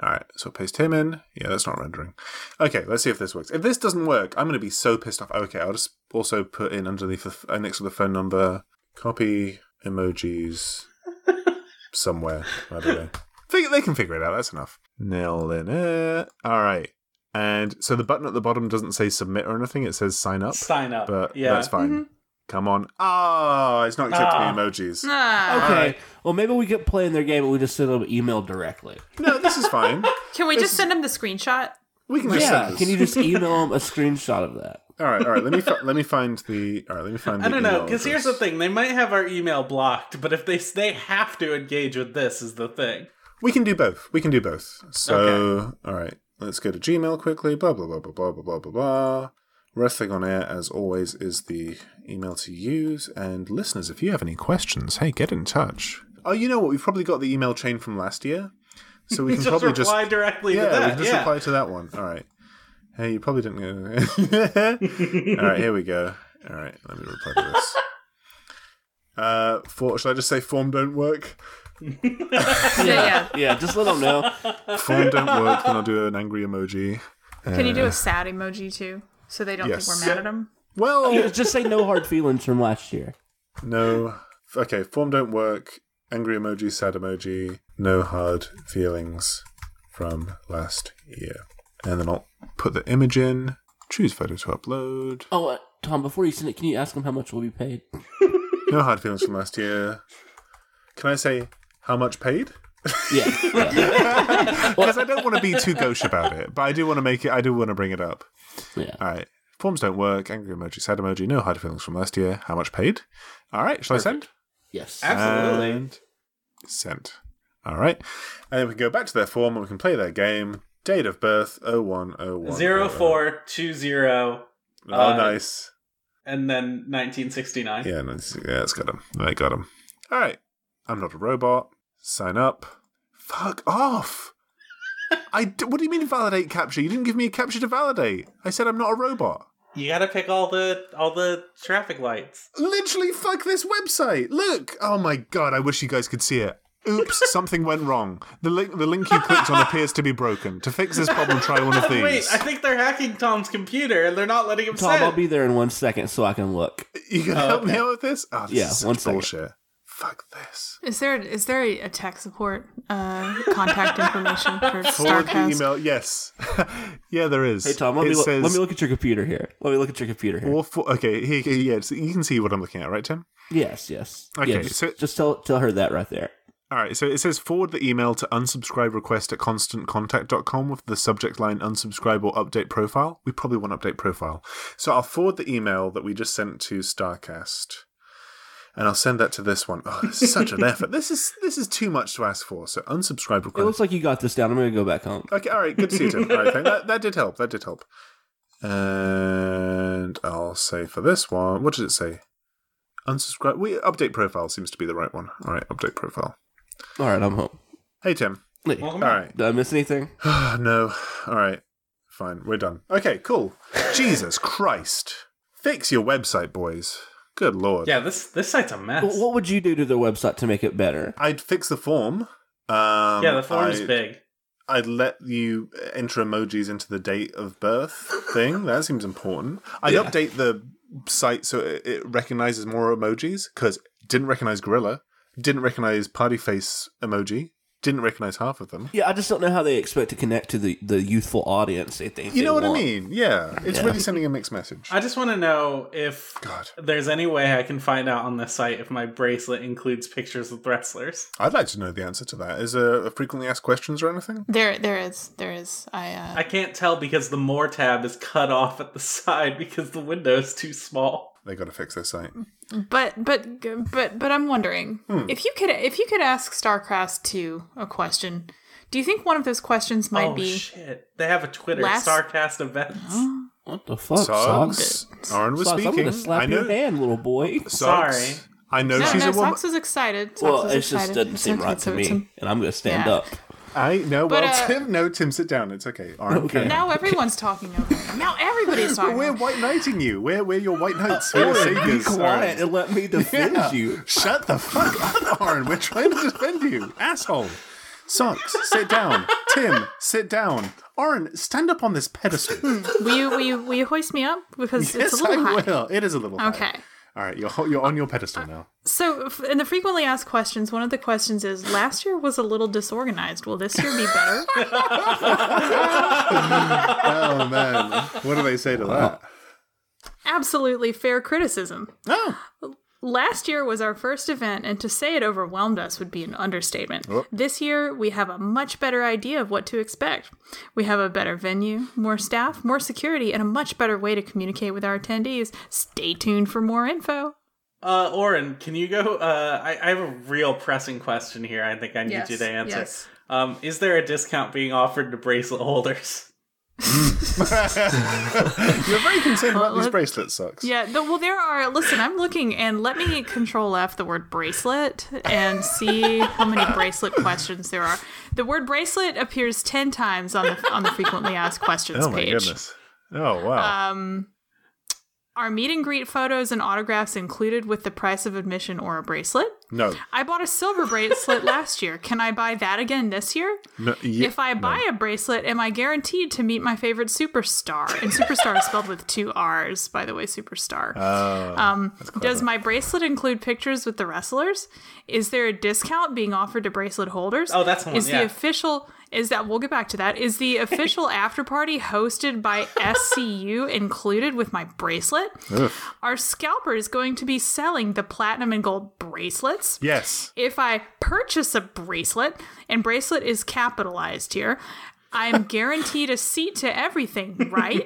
S4: All right, so paste him in. Yeah, that's not rendering. Okay, let's see if this works. If this doesn't work, I'm going to be so pissed off. Okay, I'll just also put in underneath the, uh, next to the phone number, copy emojis somewhere. I don't know. Fig- they can figure it out. That's enough. Nil in it. All right. And so the button at the bottom doesn't say submit or anything. It says sign up.
S3: Sign up.
S4: But
S3: yeah.
S4: that's fine. Come on. Ah, it's not accepting
S3: Ah.
S4: the emojis.
S1: Ah.
S2: Okay. Well, email maybe we could play in their game and we just send them an email directly.
S4: No, this is fine.
S1: Can we just send him the screenshot?
S4: We can just send
S2: yeah.
S4: this.
S2: Can you just email them a screenshot of that?
S4: All right, all right. Let me [laughs] fi- let me find the. All right, let me find. The
S3: I don't know,
S4: email
S3: because here's the
S4: address.
S3: thing: they might have our email blocked, but if they they have to engage with this, is the thing.
S4: We can do both. We can do both. So, all right, let's go to Gmail quickly. Blah blah blah blah blah blah blah blah blah. Wrestling on air, as always, is the email to use. And listeners, if you have any questions, hey, get in touch. Oh, you know what? We've probably got the email chain from last year, so [laughs] we can
S3: Just
S4: probably just
S3: reply directly
S4: yeah,
S3: to
S4: we
S3: that.
S4: can just
S3: yeah.
S4: reply to that one. All right. Hey, you probably didn't. know. [laughs] All right, here we go. All right, let me reply
S3: [laughs]
S4: to this. Uh, for, should I just say form don't work?
S1: Yeah. yeah.
S2: Yeah, just let them know.
S4: Form don't work, then I'll do an angry emoji.
S1: Can you do a sad emoji too, so they don't
S4: Yes.
S1: think we're mad at him?
S4: Well,
S2: [laughs] Just say no hard feelings from last year.
S4: no. Okay, form don't work. Angry emoji, sad emoji. No hard feelings from last year. And then I'll put the image in. Choose photo to upload.
S2: Oh, uh, Tom, before you send it, can you ask them how much will be paid?
S4: No hard feelings from last year. Can I say how much paid?
S2: Yeah. [laughs] Yeah.
S4: Because I don't want to be too gauche about it, but I do want to make it. I do want to bring it up.
S2: yeah.
S4: All right. Forms don't work. Angry emoji, sad emoji. No hard feelings from last year. How much paid? All right. Shall I send?
S2: Yes.
S3: Absolutely.
S4: And sent. All right. And then we can go back to their form and we can play their game. Date of birth 0101.
S3: Zero four two zero,
S4: Oh, nice.
S3: and then 1969.
S4: Yeah, nice. yeah, that's got him. They got him. All right. I'm not a robot. Sign up. Fuck
S2: [laughs]
S4: off. I. D- what do you mean validate capture? You didn't give me a capture to validate. I said I'm not a robot.
S3: You gotta pick all the all the traffic lights.
S4: Literally, fuck this website. Look. Oh my god. I wish you guys could see it.
S2: [laughs]
S4: Oops, something went wrong. The link, the link you clicked on appears to be broken. To fix this problem, try
S2: [laughs]
S4: one of these.
S3: Wait, I think they're hacking Tom's computer and they're not letting him
S2: Tom,
S3: send.
S2: I'll be there in one second so I can look.
S4: You gonna help me out with this? Oh, this
S2: Yeah,
S4: is
S2: one
S4: such
S2: second.
S4: bullshit. Fuck this.
S1: Is there is there a tech support uh, contact information
S4: [laughs]
S1: for
S4: Forward the
S1: Starcast?
S4: email. Yes. [laughs] yeah, there is.
S2: Hey, Tom, let me,
S4: It
S2: look,
S4: says-
S2: let me look at your computer here. Let me look at your computer here.
S4: Or for, okay, here, here- yeah, so you can see what I'm looking at, right, Tim?
S2: yes, yes.
S4: Okay,
S2: Yeah, just,
S4: so-
S2: just tell tell her that right there.
S4: All right, so it says forward the email to unsubscribe request at constantcontact.com with the subject line unsubscribe or update profile. We probably want update profile. So I'll forward the email that we just sent to Starcast. And I'll send that to this one. Oh, this is such an effort. This is this is too much to ask for. So unsubscribe
S2: It
S4: request.
S2: looks like you got this down. I'm going to go back home.
S3: [laughs]
S4: Okay, all right, good to see you, Tim. All right, thank- that, that did help. That did help. Uh, And I'll say for this one, what did it say? Unsubscribe. We update profile seems to be the right one. All right, update profile.
S2: All right, I'm home.
S4: Hey Tim.
S2: Wait,
S3: Welcome
S4: All
S3: back.
S4: right. [sighs]
S2: Did I miss anything?
S4: no. All right. Fine. We're done.
S3: [laughs]
S4: Okay. Cool. Jesus Christ. Fix your website, boys. Good lord.
S3: Yeah, this this site's a mess.
S2: Wh- What would you do to the website to make it better?
S4: I'd fix the form. Um,
S3: yeah, the form's
S4: I'd-
S3: big.
S4: I'd let you enter emojis into the date of birth thing. That seems important. I'd
S2: Yeah.
S4: update the site so it, it recognizes more emojis because didn't recognize gorilla, didn't recognize party face emoji, didn't recognize half of them.
S2: Yeah, I just don't know how they expect to connect to the, the youthful audience. They think
S4: You
S2: they
S4: know what I
S2: want.
S4: mean? Yeah, it's
S2: Yeah.
S4: really sending a mixed message.
S3: I just want to know if
S4: God,
S3: there's any way I can find out on this site if my bracelet includes pictures with wrestlers.
S4: I'd like to know the answer to that. Is there a frequently asked questions or anything?
S1: There, there is, there is. I, uh,
S3: I can't tell because the more tab is cut off at the side because the window's too small.
S4: They got to fix their site.
S1: but, but, but, but I'm wondering
S4: Hmm.
S1: if you could, if you could ask Starcraft two a question. Do you think one of those questions might
S3: oh
S1: be?
S3: shit! They have a Twitter,
S1: Last-
S3: Starcast Events.
S2: What the fuck, Socks?
S4: Socks. Aaron was
S2: Socks, I'm
S4: speaking.
S2: gonna slap
S4: I know.
S2: your hand, little boy.
S4: Socks.
S3: Sorry.
S4: I know
S1: No,
S4: she's
S1: no,
S4: a woman.
S1: Sox is excited. Sox
S2: Well,
S1: is
S2: it just
S1: excited.
S2: doesn't
S1: It's
S2: seem
S1: okay,
S2: right to
S1: so it's
S2: me, and I'm gonna stand
S1: Yeah.
S2: up.
S4: I know.
S1: But,
S4: Well,
S1: uh,
S4: Tim. [laughs] No, Tim, sit down. It's okay. Aaron,
S2: Okay.
S4: okay.
S1: Now everyone's talking over him. Now everybody's talking.
S4: We're
S1: over him.
S4: white knighting you. We're we're your white knights.
S1: Oh,
S4: We're saviors. Aaron.
S2: and let me defend
S4: [laughs] Yeah. Shut the fuck up, Aaron. We're trying to defend you, asshole. Socks, sit down. Tim, sit down. Aaron, stand up on this pedestal.
S1: Will you, will you, will you hoist me up because [laughs]
S4: yes,
S1: it's a
S4: I
S1: little high.
S4: will. It is a little. high.
S1: Okay.
S4: All right, you're ho- you're on your
S1: [laughs]
S4: pedestal now.
S1: So, f- in the frequently asked questions, one of the questions is: Last year was a little disorganized. Will this year be
S4: [laughs]
S1: better?
S4: Oh man, what do they say to that?
S1: Absolutely fair criticism.
S4: Oh,
S1: Last year was our first event, and to say it overwhelmed us would be an understatement.
S4: Oh.
S1: This year, we have a much better idea of what to expect. We have a better venue, more staff, more security, and a much better way to communicate with our attendees. Stay tuned for more info.
S3: Uh, Oren, can you go? Uh, I, I have a real pressing question here. I think I need
S1: Yes,
S3: you to answer.
S1: yes.
S3: Um, is there a discount being offered to bracelet holders? [laughs]
S4: you're very concerned about these
S1: let-
S4: bracelet socks.
S1: Yeah, th- well, there are. Listen, I'm looking, and let me control F the word bracelet and see how many bracelet questions there are. The word bracelet appears 10 times on the, on the frequently asked questions
S4: Oh my
S1: page.
S4: goodness. Oh wow.
S1: Um, Are meet and greet photos and autographs included with the price of admission or a bracelet?
S4: no.
S1: I bought a silver bracelet last year. Can I buy that again this year?
S4: no ye-
S1: If I buy a bracelet, am I guaranteed to meet my favorite superstar? And superstar is spelled with two R's, by the way, superstar. um, does my bracelet include pictures with the wrestlers? Is there a discount being offered to bracelet holders?
S3: Oh, that's the one,
S1: Is
S3: yeah.
S1: the official is that we'll get back to that. Is the official after party hosted by SCU included with my bracelet? Are scalpers going to be selling the platinum and gold bracelets?
S4: yes.
S1: if I purchase a bracelet, and bracelet is capitalized here, I'm [laughs] guaranteed a seat to everything,
S4: [laughs]
S1: right?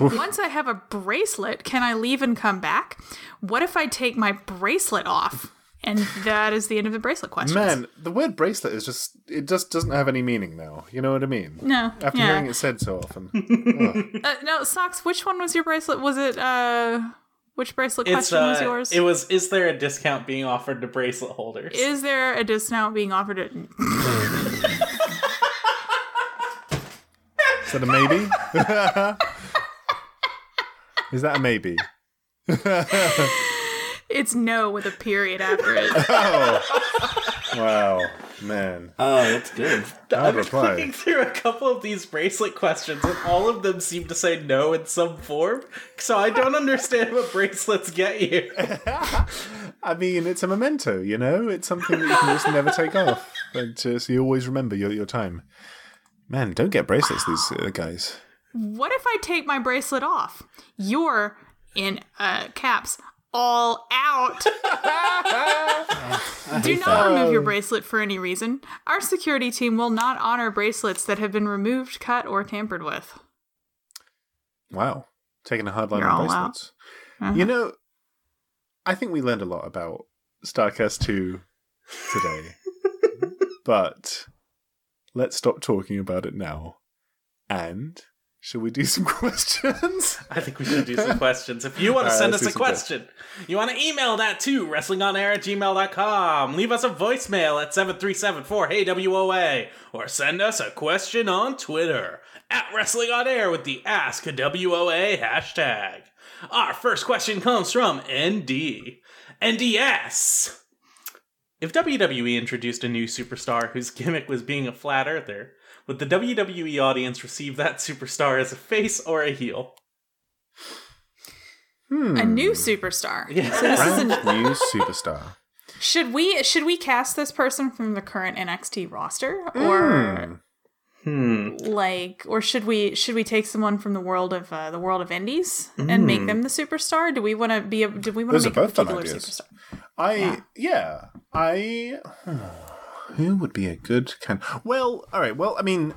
S1: Once I have a bracelet, can I leave and come back? What if I take my bracelet off? And that is the end of the bracelet question.
S4: Man, the word bracelet is just it just doesn't have any meaning now. You know what I mean?
S1: No,
S4: After
S1: yeah.
S4: hearing it said so often.
S1: Uh, no, socks. Which one was your bracelet? Was it uh, which bracelet
S3: It's
S1: question
S3: uh,
S1: was yours?
S3: it was. Is there a discount being offered to bracelet holders?
S1: is there a discount being offered? At-
S4: Is that a maybe? [laughs] is that a maybe?
S1: it's no with a period after it.
S4: Wow, man.
S2: Oh, that's good.
S4: I'd
S3: Looking
S4: reply.
S3: through a couple of these bracelet questions, and all of them seem to say no in some form. So I don't understand what bracelets get you.
S4: I mean, it's a memento, you know? It's something that you can just never take off. And just, you always remember your, your time. Man, don't get bracelets, these uh, guys.
S1: What if I take my bracelet off? You're in uh, caps all
S4: [laughs]
S1: out. Do not remove your bracelet for any reason. Our security team will not honor bracelets that have been removed, cut, or tampered with.
S4: Wow. Taking a hard line
S1: You're
S4: on
S1: all out. Mm-hmm.
S4: bracelets. You know, I think we learned a lot about StarCast 2
S1: [laughs]
S4: today. but let's stop talking about it now and Should we do some [laughs] questions?
S3: [laughs] I think we should do some questions. If you want to
S4: All right,
S3: send
S4: let's
S3: us a
S4: do some
S3: question, you want to email that to wrestlingonair at gmail.com. Leave us a voicemail at 7374 hey WOA. Or send us a question on Twitter at wrestlingonair with the Ask WOA hashtag. Our first question comes from ND. NDS. If WWE introduced a new superstar whose gimmick was being a flat earther, would the WWE audience receive that superstar as a face or a heel?
S4: Hmm.
S1: A new superstar. So this is
S4: Brand
S1: an,
S4: new superstar.
S1: should we should we cast this person from the current NXT roster
S4: Hmm.
S1: or like or should we should we take someone from the world of uh, the world of indies and make them the superstar? Do we want to be a do we want to
S4: Hmm. Those are
S1: make a
S4: both fun
S1: particular
S4: ideas.
S1: superstar?
S4: I yeah. I who would be a good can? Well, all right. Well, I mean,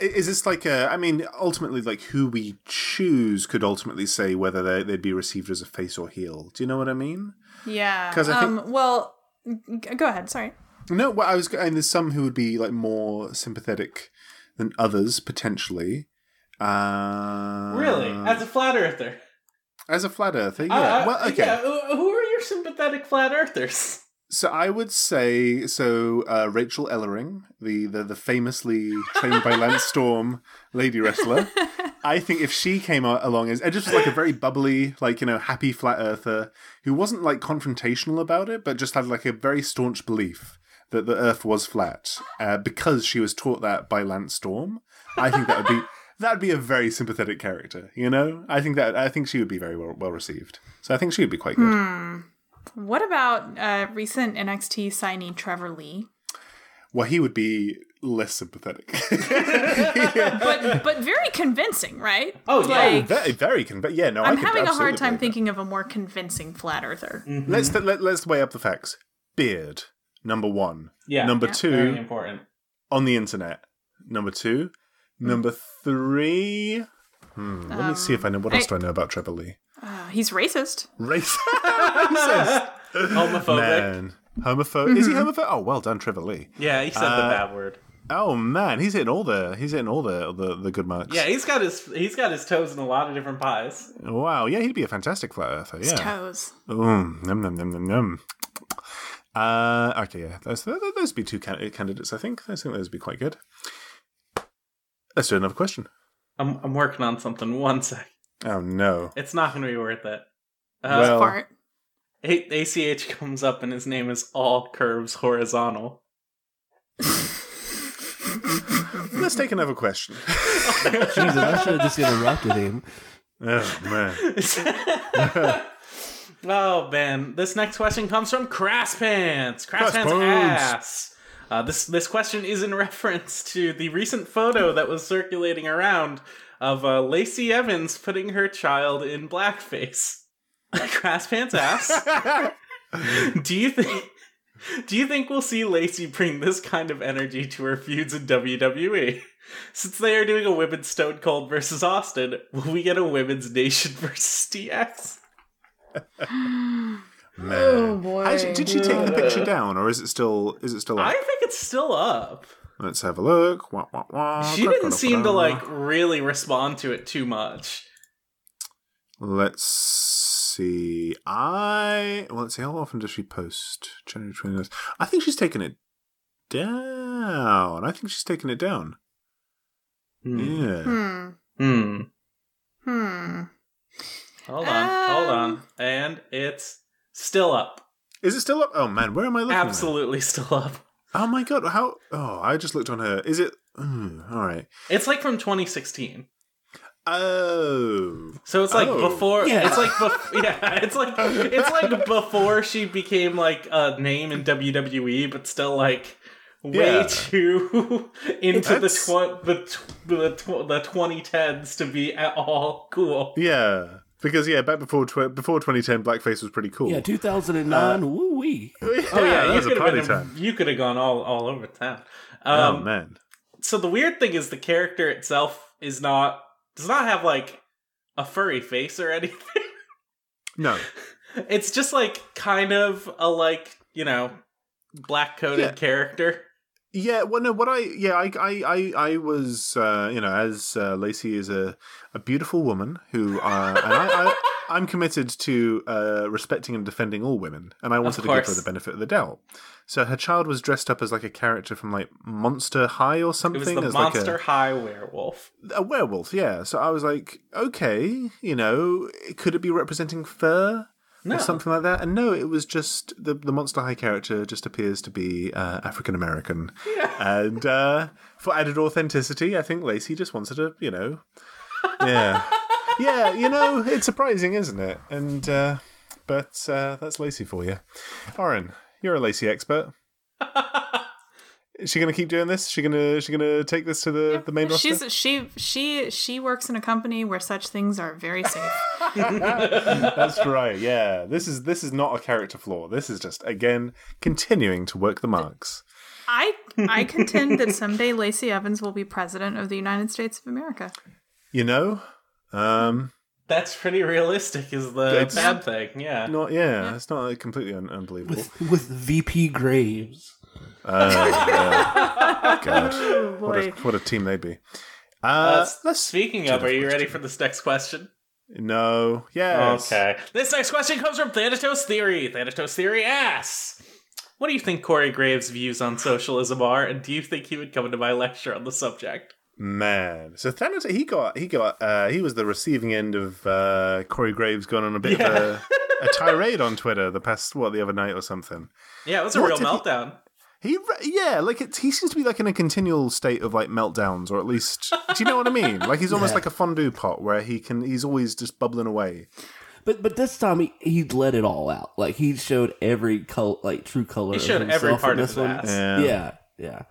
S4: i- is this like a? I mean, ultimately, like who we choose could ultimately say whether they- they'd be received as a face or heel. Do you know what I mean?
S1: Yeah.
S4: 'Cause I
S1: um well g- go ahead, sorry.
S4: No, well, I was, and there's some who would be like more sympathetic than others potentially. Uh,
S3: Really? As a flat earther?
S4: as a flat earther, yeah.
S3: Uh,
S4: well, okay.
S3: yeah, who- who are your sympathetic flat earthers?
S4: So I would say so. Uh, Rachel Ellering, the, the the famously trained by Lance Storm lady wrestler. I think if she came a- along as, and just was like a very bubbly, like you know, happy flat earther who wasn't like confrontational about it, but just had like a very staunch belief that the Earth was flat uh, because she was taught that by Lance Storm. I think that would be that'd be a very sympathetic character. You know, I think that I think she would be very well well received. So I think she would be quite good.
S1: What about uh recent NXT signee Trevor Lee?
S4: Well, he would be less sympathetic. [laughs]
S1: But but very convincing, right?
S3: Oh, yeah.
S1: Like,
S4: very, very con- but yeah, no, I
S1: I'm
S4: could
S1: having a hard
S4: absolutely Mm.
S1: time
S4: believe
S1: thinking of a more convincing flat earther.
S4: that. Let's th- let, let's weigh up the facts. Beard, number one.
S3: Yeah,
S4: Number
S3: yeah, Very
S4: two,
S3: important. [laughs]
S4: on the internet. Number two. Number three. Hmm, let me see if I know what
S1: Um,
S4: else do I know about Trevor Lee.
S1: Uh, he's racist.
S4: [laughs] Race,
S3: Homophobic.
S4: man, homophobe. Is he homophobe? Oh, well done, Trevor Lee.
S3: Yeah, he said
S4: Uh,
S3: the bad word.
S4: Oh man, he's hitting all the he's hitting all the the, the good marks.
S3: Yeah, he's got his he's got his toes in a lot of different pies.
S4: Wow. Yeah, he'd be a fantastic flat earther.
S1: His
S4: Yeah.
S1: toes.
S4: Mm, num num num num num. Uh, okay, yeah, those th- th- those would be two can- candidates. I think I think those would be quite good. Let's do another question.
S3: I'm I'm working on something. One sec.
S4: Oh no!
S3: It's not going to be worth it. Uh,
S4: well,
S1: Fart.
S3: A- ACH comes up and his name is all curves horizontal.
S4: let's take another question. [laughs]
S2: Jesus, I should have just interrupted him.
S4: oh man!
S3: oh man, this next question comes from Crass Pants. Crass
S4: Crass
S3: Pants
S4: Pants.
S3: asks. Uh, this this question is in [laughs] reference to the recent photo that was circulating around of uh, Lacey Evans putting her child in blackface. [laughs] Crass Pants
S4: [laughs]
S3: asks, "Do you think do you think we'll see Lacey bring this kind of energy to her feuds in WWE? Since they are doing a women's Stone Cold versus Austin, will we get a women's Nation versus DX?
S1: Oh,
S4: man.
S3: Oh,
S1: boy.
S4: Actually, did she take the picture down, or is it still is it still
S3: I
S4: up?
S3: think it's still up.
S4: Let's have a look. Wah, wah, wah.
S3: She didn't seem to like really respond to it too much.
S4: Let's see. I well, let's see. How often does she post? January 29th. I think she's taken it down. I think she's taken it down.
S3: Hmm.
S4: Yeah.
S1: Hmm.
S3: Hmm.
S1: Hmm.
S3: Hold on, hold on.
S1: Um.
S3: And it's still up.
S4: Is it still up? Oh man, where am I looking? at?
S3: Absolutely [laughs] still up.
S4: Oh my god. How? Oh, I just looked on her. Is it? Mm, all right.
S3: It's like from 2016.
S4: Oh.
S3: So it's like
S4: Oh.
S3: before.
S2: Yeah.
S3: It's like bef- [laughs] yeah. It's like it's like before she became like a name in WWE, but still like way
S4: Yeah.
S3: too [laughs] into the
S4: That's-
S3: tw- the tw- the tw- the 2010s to be at all cool.
S4: Yeah. Because yeah, back before tw- before 2010, blackface was pretty cool.
S2: Yeah, 2009. woo wee.
S4: [laughs]
S3: Oh yeah,
S4: that
S3: you
S4: was
S3: could
S4: a
S3: have
S4: party
S3: been
S4: time.
S3: you could have gone all all over town.
S4: oh
S3: Um,
S4: man.
S3: so the weird thing is the character itself is not does not have like a furry face or anything. [laughs]
S4: No.
S3: It's just like kind of a like you know black coated
S4: Yeah.
S3: character.
S4: Yeah, well, no, what I yeah, I I I, I was uh, you know as uh, Lacey is a, a beautiful woman who uh,
S3: [laughs]
S4: and I, I I'm committed to uh, respecting and defending all women, and I wanted to give her
S3: course.
S4: the benefit of the doubt. So her child was dressed up as like a character from like Monster High or
S3: It
S4: something.
S3: was the
S4: as, like, a-
S3: Monster High werewolf.
S4: a werewolf, yeah. So I was like, okay, you know, could it be representing fur
S3: No.
S4: or something like that? And no, it was just the the Monster High character just appears to be uh, African American, and uh, for added authenticity, I think Lacey just wanted to, you know, yeah, yeah, you know, it's surprising, isn't it? And uh, but uh, that's Lacey for you, Oren. You're a Lacey expert. Is she gonna keep doing this? Is she gonna is she gonna take this to the, the main roster?
S1: She's she she she works in a company where such things are very safe.
S4: That's right. Yeah, this is this is not a character flaw. This is just again continuing to work the marks.
S1: I I contend that someday Lacey Evans will be president of the United States of America.
S4: You know, um,
S3: That's pretty realistic, is the
S4: That's-
S3: bad thing. Yeah.
S4: not yeah, it's not like, completely un- unbelievable.
S2: with, with VP Graves.
S4: God,
S1: Oh
S4: what
S1: [laughs]
S4: a,
S1: boy.
S4: what a team they be. Uh,
S3: Uh,
S4: let's
S3: speaking of, are you ready for this next question?
S4: no. Yes.
S3: Okay. This next question comes from Thanatos Theory. Thanatos Theory asks What do you think Corey Graves' views on socialism are, and do you think he would come to my lecture on the subject?
S4: Man, so Thanos, he got, he got, uh, he was the receiving end of uh, Corey Graves going on a bit of a, a tirade on Twitter the past, what, the other night or something.
S3: Yeah, it was a
S4: What
S3: real
S4: did he-
S3: meltdown.
S4: He, re- yeah, like it's, he seems to be like in a continual state of like meltdowns, or at least, do you know what I mean? Like he's almost
S2: Yeah.
S4: like a fondue pot where he can, he's always just bubbling away.
S2: But but this time he, he let it all out. Like he showed every col- like true color.
S3: He
S2: of
S3: showed every
S2: himself
S3: part
S2: in
S3: of
S2: this
S3: his
S2: one.
S3: ass.
S4: Yeah.
S2: Yeah, yeah.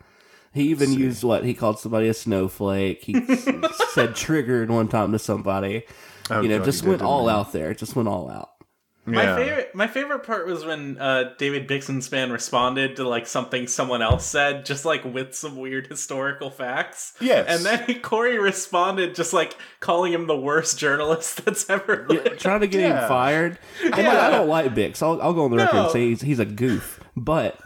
S2: He even used what he called somebody a snowflake. He
S3: [laughs]
S2: s- said triggered one time to somebody.
S4: Oh,
S2: you know,
S4: God,
S2: just
S4: he did,
S2: went
S4: didn't
S2: all
S4: he?
S2: out there. Just went all out.
S4: Yeah.
S3: My favorite, my favorite part was when uh, David Bixen's fan responded to like something someone else said, just like with some weird historical facts.
S4: Yes.
S3: and then [laughs] Corey responded, just like calling him the worst journalist [laughs] that's ever.
S2: Yeah, trying to get
S4: Yeah.
S2: him
S3: [laughs]
S2: fired. And like, I don't like Bix. I'll, I'll go on the record
S3: No.
S2: and say he's, he's a goof. But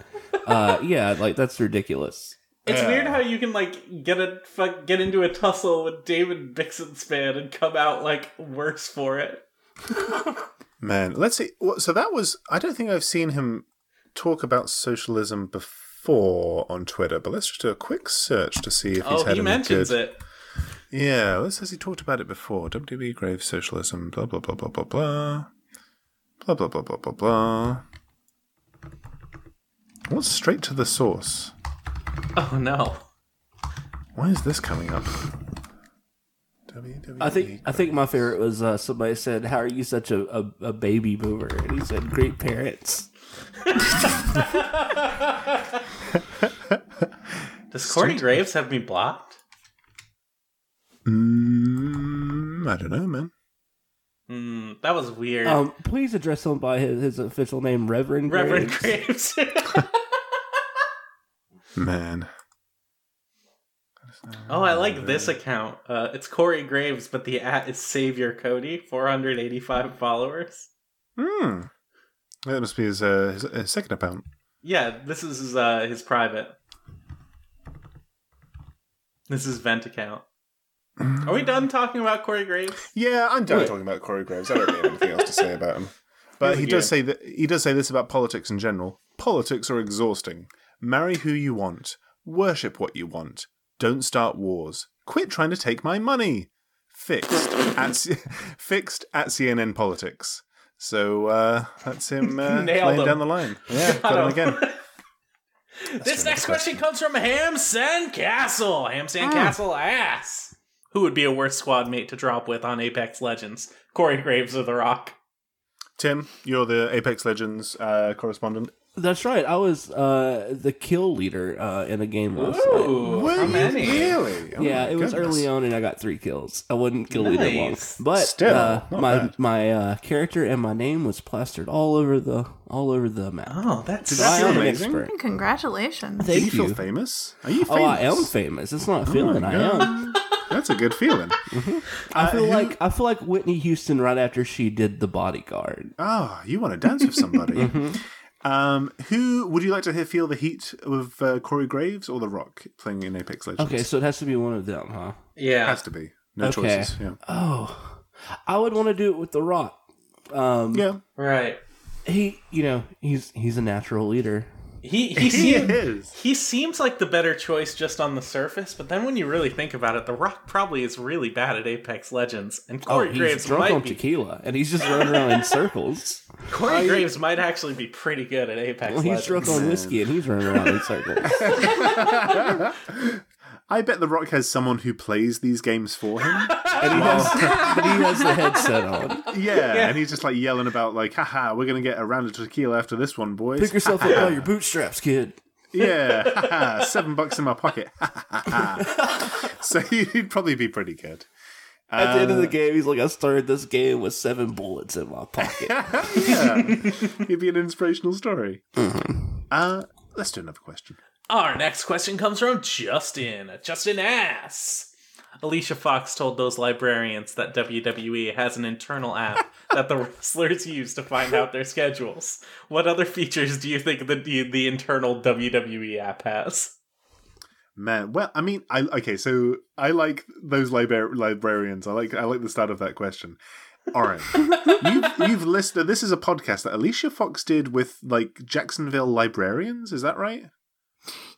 S2: uh, yeah, like that's ridiculous.
S3: It's
S4: Yeah.
S3: weird how you can like get a fuck, get into a tussle with David Bixen's fan and come out like worse for it.
S4: Man, let's see. well, So that was, I don't think I've seen him talk about socialism before on Twitter, but let's just do a quick search to see if he's
S3: oh,
S4: had
S3: he
S4: any
S3: mentions
S4: good-
S3: it.
S4: Yeah, well, it says he talked about it before. WB Grave Socialism, blah, blah, blah, blah, blah, blah. Blah, blah, blah, blah, blah, blah. What's straight to the source?
S3: Oh
S4: [laughs]
S3: no.
S4: Why is this coming up? E WW.
S2: I think I think my favorite was uh, somebody said, "How are you such a, a, a baby boomer?" And he said, "Great parents."
S3: Does Corey Graves have me blocked?
S4: [laughs] Mm, I don't know, man.
S3: Hmm, that was weird.
S2: Um, please address him by his, his official name, Reverend.
S3: Reverend
S2: Graves.
S3: Graves. [laughs]
S4: Man.
S3: oh, I like this account. Uh, it's Corey Graves, but the at is Savior Cody. Four hundred eighty-five followers.
S4: Hmm. That must be his, uh, his, his second account.
S3: Yeah, this is his, uh, his private. This is vent account. Are we done talking about Corey Graves?
S4: Yeah, I'm done
S2: Wait.
S4: talking about Corey Graves. I don't really have anything else to say
S3: [laughs]
S4: about him. But he does say that he does say this about politics in general. Politics are exhausting. Marry who you want. Worship what you want. Don't start wars. Quit trying to take my money. Fixed at C- [laughs] fixed at CNN Politics. So uh, that's him
S3: [laughs]
S4: uh,
S3: Nailed
S4: playing
S3: him.
S4: down
S3: [laughs]
S4: the line. Yeah, got, him again.
S3: this next question comes from Ham Sandcastle. Ham
S4: Ah.
S3: Sandcastle asks, "Who would be a worse squad mate to drop with on Apex Legends? Corey Graves or The Rock?"
S4: Tim, you're the Apex Legends uh, correspondent.
S2: That's right. I was uh, the kill leader uh, in a game last night.
S4: Were
S3: how
S4: you
S3: many?
S4: Really? Oh
S2: Yeah,
S4: my
S2: it was
S4: goodness.
S2: early on, and I got three kills. I wasn't kill leader long,
S3: Nice.
S2: but
S4: Still,
S2: uh,
S4: not
S2: my
S4: bad.
S2: my uh, character and my name was plastered all over the all over the map.
S3: Oh, that's
S2: I
S4: that's
S2: am an
S4: amazing.
S2: expert.
S1: Congratulations.
S4: Do
S2: Thank
S4: you
S2: you.
S4: feel famous? Are you famous? Oh
S2: Oh, I am famous. It's not a feeling. I
S4: God. Uh,
S2: am.
S4: That's a
S2: [laughs]
S4: good feeling.
S2: I feel like I feel like Whitney Houston right after she did The Bodyguard.
S4: Ah, you want to dance with somebody.
S2: Mm-hmm.
S4: Um, who would you like to hear feel the heat of uh, Corey Graves or The Rock playing in Apex Legends?
S2: Okay, so it has to be one of them, huh?
S3: Yeah.
S4: has to be no
S2: Okay.
S4: choices. Yeah,
S2: Oh, I would want to do it with The Rock. Um,
S4: yeah,
S3: Right.
S2: he, you know, he's he's a natural leader. [laughs]
S3: He he
S4: he
S3: seems
S4: is.
S3: he seems like the better choice just on the surface, but then when you really think about it, The Rock probably is really bad at Apex Legends, and
S2: oh,
S3: Corey
S2: he's
S3: Graves
S2: drunk on
S3: might be
S2: tequila, and he's just running around in circles.
S3: Corey Graves might actually be pretty good at Apex
S2: Well, he's
S3: Legends.
S2: drunk on whiskey, and he's running around in circles.
S4: I bet The Rock has someone who plays these games
S2: [laughs]
S4: for him.
S2: And he has, but he has the headset on.
S4: yeah, and he's just like yelling about like, "Haha, we're gonna get a round of tequila after this one, boys."
S2: Pick yourself up by your bootstraps, kid.
S4: yeah, haha, seven bucks in my pocket.
S2: [laughs]
S4: so [laughs] he'd probably be pretty good.
S2: At the end of the game, he's like, I started this game with seven bullets in my pocket.
S4: [laughs] He'd be an inspirational story. Uh, let's do another question.
S3: Our next question comes from Justin. Justin asks Alicia Fox told those librarians that WWE has an
S2: [laughs]
S3: internal app that the wrestlers use to find out their schedules. What other features do you think the, the, the internal WWE app has?
S4: Man, well, I mean, I okay. So I like those libra- librarians. I like I like the start of that question. All right, you've, you've listed. This is a podcast that Alicia Fox did with like Jacksonville librarians. Is that right?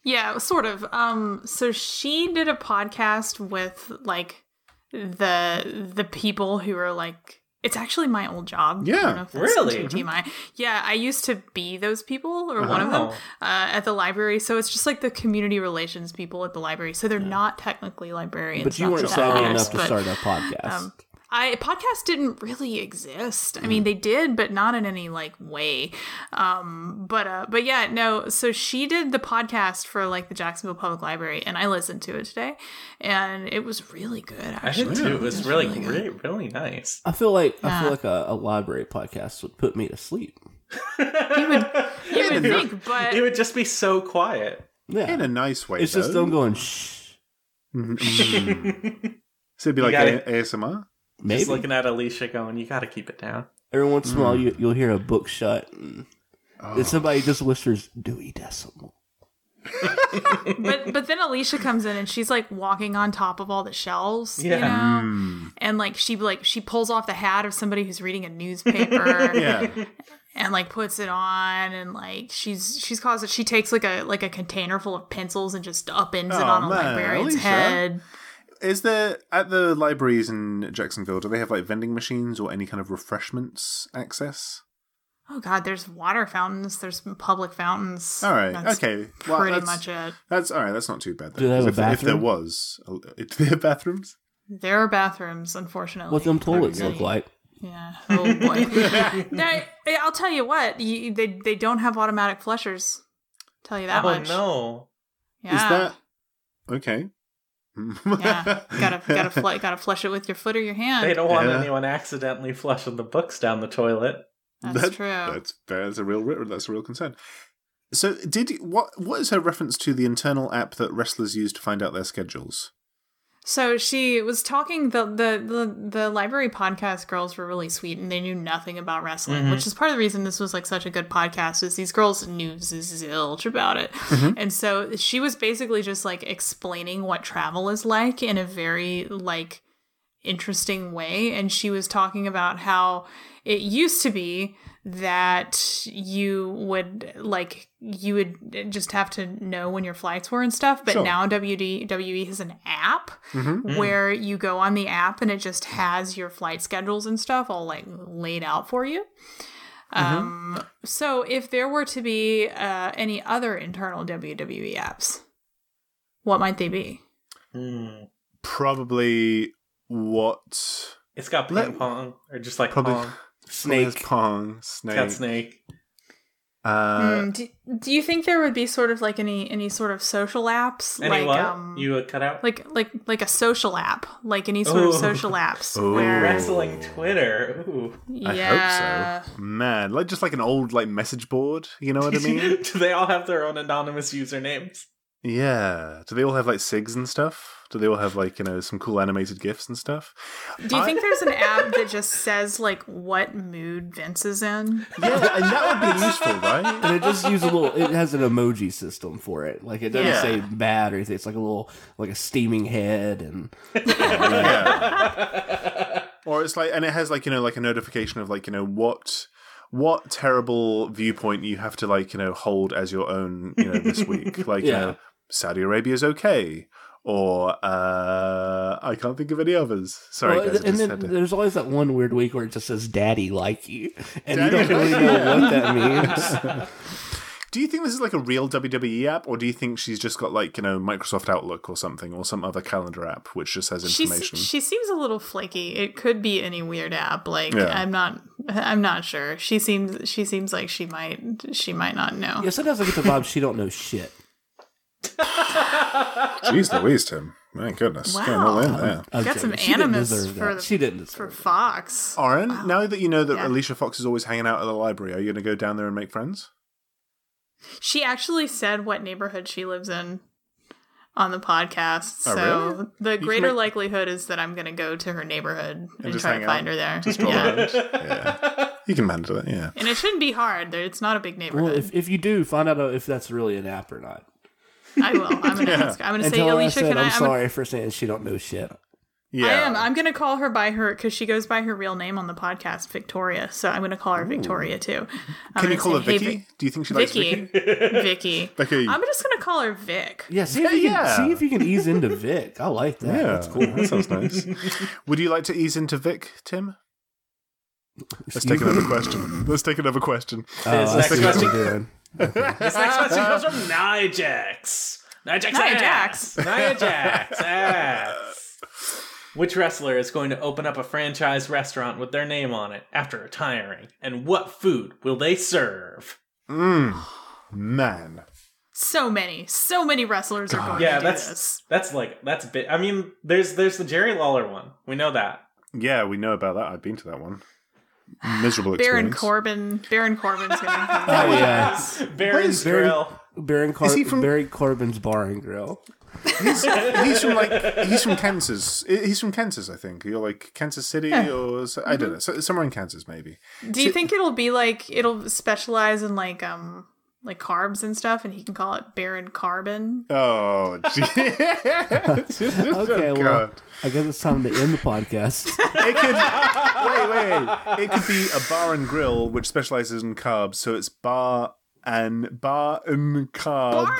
S1: Yeah, sort of. Um, so she did a podcast with like the the people who are like it's actually my old job. I
S4: Yeah.
S1: don't know if that's
S3: Really?
S2: Mm-hmm.
S1: TMI. Yeah, I used to be those people or one of them
S3: Wow.
S2: Uh-huh.
S1: uh, at the library. So it's just like the community relations people at the library. So they're not technically librarians.
S2: But you
S1: not
S2: weren't
S1: that
S2: savvy
S1: matters,
S2: enough to
S1: but-
S2: start a podcast.
S1: I podcasts didn't really exist. I mean, they did, but not in any like way. Um, but uh, but yeah, no. So she did the podcast for like the Jacksonville Public Library, and I listened to it today, and it was really good.
S3: I [laughs]
S1: Actually,
S3: did too. It was really, really, really
S1: [laughs]
S3: nice.
S2: I feel like I feel like a, a library podcast would put me to sleep.
S1: you would think, but
S3: It would just be so quiet.
S2: Yeah,
S4: In a nice way.
S2: it's just
S4: though. Mm-hmm.
S2: them going shh. [laughs]
S4: So it'd be like
S3: got
S4: a- ASMR.
S2: Maybe
S3: Just looking at Alicia going, you gotta keep it down.
S2: every once in a while you, you'll hear a book shut, and,
S4: Oh,
S2: and somebody just whispers Dewey Decimal.
S1: but but then Alicia comes in and she's like walking on top of all the shelves,
S3: Yeah.
S1: you know, and like she like she pulls off the hat of somebody who's reading a newspaper,
S4: Yeah,
S1: and like puts it on and like she's she's caused it she takes like a like a container full of pencils and just upends it
S4: Oh,
S1: on a
S4: man,
S1: librarian's
S4: Alicia.
S1: head
S4: is there at the libraries in Jacksonville? Do they have like vending machines or any kind of refreshments access?
S1: oh god there's water fountains there's public fountains
S4: All right,
S1: That's
S4: okay. Well,
S1: pretty
S4: that's-
S1: much it
S4: That's all right. That's not too bad. Then,
S2: Do they have
S4: 'cause
S2: a
S4: if, if there
S2: bathroom?
S4: was, do they have bathrooms?
S1: there are bathrooms unfortunately
S2: What them toilets look like?
S1: yeah oh boy [laughs] now, i'll tell you what you, they, they don't have automatic flushers tell you that
S3: [laughs] oh
S1: much
S3: no.
S1: yeah
S4: Is that okay? [laughs]
S1: yeah gotta gotta, fl- gotta flush it with your foot or your hand
S3: They don't want
S4: Yeah.
S3: anyone accidentally flushing the books down the toilet.
S1: that's
S4: That-
S1: true
S4: That's fair. That's a real ri- that's a real concern. So, did you- what? What is her reference to the internal app that wrestlers use to find out their schedules?
S1: So she was talking the, the the the library podcast girls were really sweet and they knew nothing about wrestling, which is part of the reason this was like such a good podcast is these girls knew zilch about it. And so she was basically just like explaining what travel is like in a very like interesting way and she was talking about how it used to be that you would like you would just have to know when your flights were and stuff but
S4: Sure.
S1: now WWE E has an app
S2: Mm-hmm.
S4: Mhm.
S3: Mm.
S1: where you go on the app and it just has your flight schedules and stuff all like laid out for you
S3: Mm-hmm.
S1: um so if there were to be uh, any other internal WWE apps what might they be
S3: Hmm.
S4: Probably what?
S3: It's got ping
S4: Let-
S3: pong, or just like
S4: Probably
S3: pong.
S4: probably has
S2: Snake.
S4: pong,
S3: It's
S4: snake.
S3: got snake.
S4: Uh,
S1: Hmm, do, do you think there would be sort of like any any sort of social apps like
S3: Any what?
S1: um
S3: you would cut out
S1: like like like a social app like any sort
S3: Oh. [laughs] Ooh.
S1: of social apps
S4: Ooh.
S1: where
S3: wrestling Twitter. Ooh.
S4: I
S1: yeah
S4: hope so. Man,
S2: [laughs]
S3: [laughs]
S4: like just like an old like message board. You know what I mean?
S3: Do they all have their own anonymous usernames?
S4: Yeah. Do they all have like SIGs and stuff? Do they all have like, you know, some cool animated GIFs and stuff?
S1: Do you think there's an app that just says like what mood Vince is in?
S2: Yeah, and that would be
S1: [laughs]
S4: Useful, right?
S2: [laughs] And it just uses a little. It has an emoji system for it. Like it doesn't
S4: Yeah.
S2: say bad or anything. It's like a little, like a steaming head and
S4: yeah. Or it's like, and it has like you know, like a notification of like you know what what terrible viewpoint you have to like you know hold as your own you know this
S2: [laughs]
S4: week. Like you
S2: Yeah.
S4: know, Saudi Arabia's okay, or uh I can't think of any others. Sorry,
S2: Well,
S4: guys. I
S2: and
S4: just
S2: then
S4: had to...
S2: there's always that one weird week where it just says "Daddy like you," and you don't
S4: Daddy
S2: really
S4: like
S2: know what that means.
S4: Do you think this is like a real WWE app, or do you think she's just got like you know Microsoft Outlook or something, or some other calendar app which just has
S1: She se-
S4: information?
S1: she seems a little flaky. It could be any weird app. Like
S4: Yeah.
S1: I'm not I'm not sure. She seems she seems like she might she might not know.
S2: [laughs] yeah, sometimes I get the vibe she don't know shit.
S4: Jeez Louise, Tim. My goodness.
S1: Wow. all in
S4: there.
S1: Got some
S2: She didn't
S1: animus
S2: deserve
S1: for
S2: that.
S1: the-
S2: she didn't deserve
S1: For
S2: that.
S1: Fox,
S4: Aaron, now that you know that
S1: Yeah.
S4: Alicia Fox is always hanging out at the library, are you going to go down there and make friends?
S1: she actually said what neighborhood she lives in on the podcast.
S4: Oh,
S1: so
S4: really?
S1: the
S4: can
S1: greater
S4: make-
S1: likelihood is that I'm going to go to her neighborhood and,
S4: just
S1: try
S4: hang
S1: to
S4: out.
S1: find her there.
S4: Roll
S1: Yeah.
S4: around. yeah. You can manage that, yeah.
S1: And it shouldn't be hard. There- It's not a big
S2: Well,
S1: neighborhood.
S2: if, if you do, find out if that's really an app or not.
S1: I will. I'm
S4: [laughs]
S1: going to ask. I'm going to
S2: And
S1: say,
S2: tell her I
S1: Alicia,
S2: said,
S1: can I?
S2: I'm
S1: I'm gonna-
S2: sorry for saying she don't know shit.
S4: Yeah.
S1: I am. I'm going to call her by her because she goes by her real name on the podcast, Victoria. So I'm going to call her Victoria too. I'm
S4: Can
S1: gonna
S4: you call her
S1: say, "Hey,
S4: Vicky?
S1: Vic-
S4: do you think she likes Vicky?
S1: Vicky.
S4: [laughs]
S1: Vicky.
S4: Vicky.
S1: I'm just going to call her Vic.
S2: Yeah, see if, you can,
S4: yeah.
S2: see if you can ease into Vic. I like that.
S4: Yeah,
S2: That's cool.
S4: That sounds nice. [laughs] Would you like to ease into Vic, Tim? Let's
S2: You-
S4: take [laughs] another question. Let's take another question.
S2: Oh, I
S3: This
S2: see
S3: next
S2: what
S3: question.
S2: you're doing.
S3: This next question comes from Nijax. Nijax. ass. [laughs] Nijax. ass. Which wrestler is going to open up a franchise restaurant with their name on it after retiring? And what food will they serve?
S4: Mm, man.
S1: So many, so many wrestlers are going
S3: Yeah,
S1: to do
S3: that's
S1: this.
S3: that's like that's big. I mean, there's there's the Jerry Lawler one. We know that.
S4: Yeah, we know about that. I've been to that one.
S1: [sighs]
S4: Miserable experience.
S1: Baron Corbin. Baron Corbin's going
S4: [laughs]
S1: to
S2: Oh, yeah.
S3: Baron's
S2: Baron-
S3: Grill.
S2: Baron Car-
S4: Is he from-
S2: Barry Corbin's Bar and Grill.
S4: he's from like he's from Kansas. He's from Kansas, I think. You're like Kansas City or so, I don't know, so, somewhere in Kansas maybe.
S1: Do you think it'll be like it'll specialize in like um like carbs and stuff, and he can call it Baron Carbon?
S4: [laughs] Oh, gee. [laughs]
S2: Okay,
S4: okay,
S2: well, I guess it's time to end the podcast.
S4: it could wait, wait, wait. It could be a bar and grill which specializes in carbs, so it's bar and bar and carb.
S1: Baron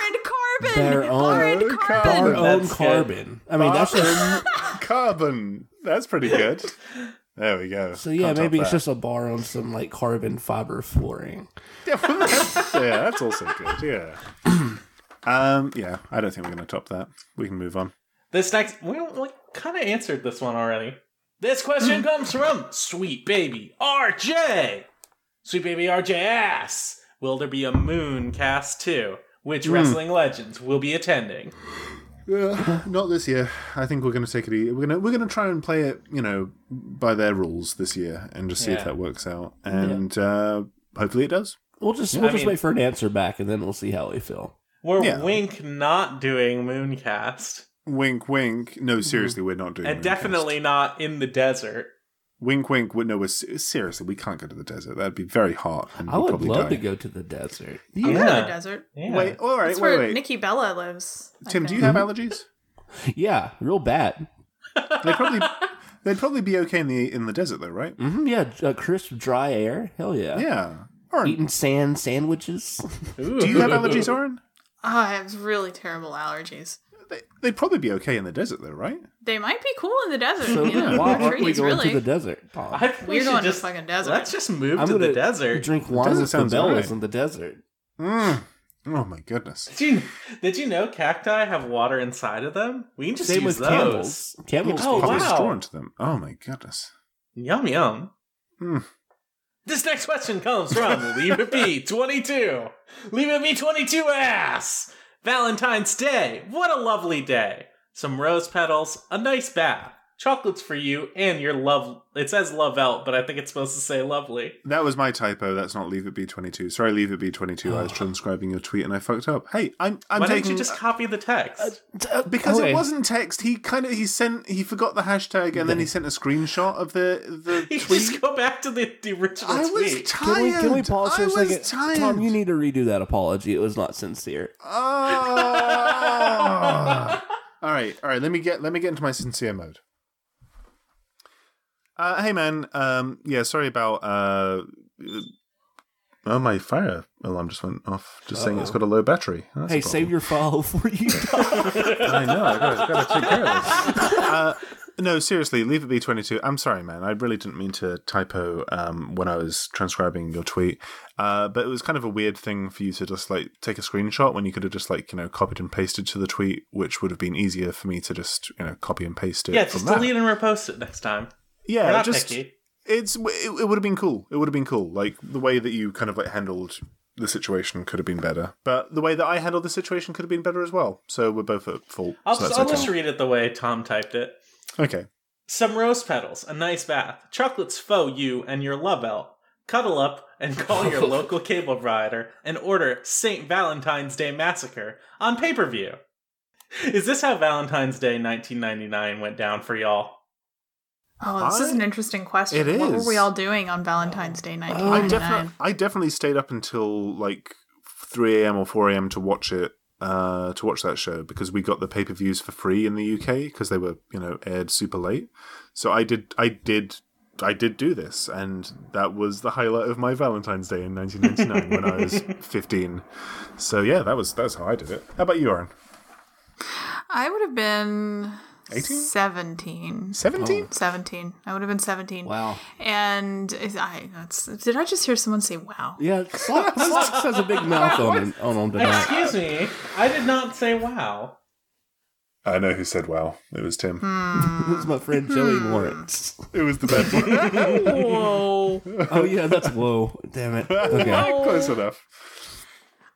S1: Carbon.
S2: Their own,
S1: Baron Carbon.
S2: our
S4: Carbon.
S2: own
S3: [laughs] That's good.
S2: Carbon. I mean, that's just,
S4: carbon. That's pretty good. There we go.
S2: so. Yeah, maybe it's just a bar on some like carbon fiber flooring.
S4: yeah, that's also good. Yeah. Um, yeah, I don't think we're going to top that. We can move on.
S3: This next, we don't like kind of answered this one already. This question comes from Sweet Baby RJ. Sweet Baby RJ asks, "Will there be a Moon Cast too? Which wrestling legends will be attending?"
S4: Uh, not this year. I think we're going to take it. e- We're going to we're going to try and play it, you know, by their rules this year, and just see if
S3: Yeah.
S4: that works out. And uh, hopefully it does.
S2: We'll just we'll
S3: I
S2: just
S3: mean-
S2: wait for an answer back, and then we'll see how we feel.
S3: We're
S4: Yeah.
S3: wink not doing Mooncast,
S4: Wink, wink. No, seriously, we're not doing.
S3: and
S4: Mooncast.
S3: definitely not in the desert.
S4: Wink, wink. we- No, we're se- seriously. We can't go to the desert. That'd be very hot. And
S2: I
S4: we'd
S2: would
S4: probably
S2: love
S4: die.
S2: to go to the desert.
S1: I'm going to
S3: Yeah.
S1: the desert.
S3: Yeah.
S4: Wait. All right.
S1: That's
S4: Wait.
S1: where
S4: Wait.
S1: Nikki Bella lives. I
S4: Tim, do
S1: think. Mm-hmm.
S4: you have allergies?
S2: Yeah, real bad.
S4: They probably they'd probably be okay in the in the desert though, right?
S2: hmm yeah, uh, crisp, dry air. Hell yeah.
S4: Yeah. Oren,
S2: Eating sand sandwiches.
S4: do you have allergies,
S2: [laughs]
S4: Oren?
S1: Oh, I have really terrible allergies.
S4: They, they'd probably be okay in the desert though, right?
S1: They might be cool in the desert.
S4: [laughs]
S1: [laughs]
S2: So
S1: you know,
S2: why aren't we
S1: trees,
S2: going
S1: really.
S2: to the desert? Tom?
S3: [laughs] I think we
S1: We're
S3: should
S1: going to
S3: just-
S1: the fucking desert.
S3: Let's just move
S2: I'm
S3: to the
S2: gonna
S3: desert.
S2: Drink wine
S4: desert
S2: with the
S4: sounds
S2: bellas
S4: alright.
S2: in the desert.
S4: Mm. Oh my goodness.
S3: Did you, did you know cacti have water inside of them? We can just
S2: Same
S3: use
S2: with
S3: those.
S2: camels. Camels.
S3: Oh,
S4: Pop
S3: wow.
S4: a straw into them. Oh my goodness.
S3: Yum yum.
S4: Hmm.
S3: This next question comes
S4: [laughs]
S3: from Leave It Be 22. Leave It Be 22 ass! Valentine's Day. What a lovely day. Some rose petals, a nice bath. Chocolates for you and your love. It says love out, but I think it's supposed to say lovely.
S4: That was my typo. That's not Leave It Be 22. Sorry, Leave It Be
S2: [sighs]
S4: 22. I was transcribing your tweet and I fucked up. Hey, I'm I'm
S3: Why
S4: taking uh,
S3: don't you just copy the text?
S4: because
S2: Okay.
S4: it wasn't text. He kind of he sent he forgot the hashtag and then he sent a screenshot
S2: [laughs]
S4: of the
S3: [laughs]
S4: the
S3: You
S4: tweet.
S3: just go back to the, the original
S4: I was
S3: tweet.
S4: tired.
S2: Can we, can we pause
S4: I
S2: for a
S4: was
S2: second?
S4: tired.
S2: Tom, you need to redo that apology. It was not sincere.
S4: Oh. [laughs] all right, all right. Let me get let me get into my sincere mode. Uh, hey man, um, yeah, sorry about. Uh, oh, my fire alarm just went off. Just saying it's got a low battery. That's a
S2: hey,
S4: problem.
S2: save your file [laughs] before you die.
S4: I know. I gotta, gotta take care of this. [laughs] Uh, no, seriously, leave it be 22. I'm sorry, man. I really didn't mean to typo um, when I was transcribing your tweet. Uh, but it was kind of a weird thing for you to just like take a screenshot when you could have just like, you know, copied and pasted to the tweet, which would have been easier for me to just, you know, copy and paste it.
S3: Yeah,
S4: from
S3: just
S4: that.
S3: delete and repost it next time. We're
S4: Yeah,
S3: not
S4: just
S3: picky.
S4: it's it, it would have been cool. It would have been cool. Like the way that you kind of like handled the situation could have been better, but the way that I handled the situation could have been better as well. So we're both at fault.
S3: I'll,
S4: so
S3: just,
S4: that's
S3: I'll
S4: okay.
S3: just read it the way Tom typed it.
S4: Okay.
S3: Some rose petals, a nice bath, chocolates faux you and your love out. Cuddle up and call
S4: [laughs]
S3: your local cable provider and order St. Valentine's Day Massacre on pay per view. Is this how Valentine's Day 1999 went down for y'all?
S1: Oh, this is
S4: I-
S1: an interesting question.
S4: it
S1: What were
S4: is.
S1: we all doing on Valentine's
S2: Uh,
S1: Day
S4: I
S1: 1999?
S4: definitely, I definitely stayed up until like 3 a.m. or 4 a.m. to watch it, uh, to watch that show because we got the pay per views for free in the UK because they were, you know, aired super late. So I did, I did, I did do this, and that was the highlight of my Valentine's Day in 1999 when I was 15. So yeah, that was that's how I did it. How about you, Aaron?
S1: I would have been 17.
S4: 17?
S1: 17. I would have been 17.
S2: Wow.
S1: And is- I that's, did I just hear someone say
S2: [laughs]
S1: wow?
S2: [laughs] Yeah, Slock, Slock has a big mouth on him, on him tonight.
S3: Excuse me, I did not say wow.
S4: Oh, I know who said wow. It was Tim.
S2: It's my friend Joey
S4: Hmm.
S2: Lawrence.
S4: It was the bad one.
S1: Whoa.
S2: Oh yeah, that's whoa. Damn
S4: [laughs]
S2: it. Okay.
S4: Close enough.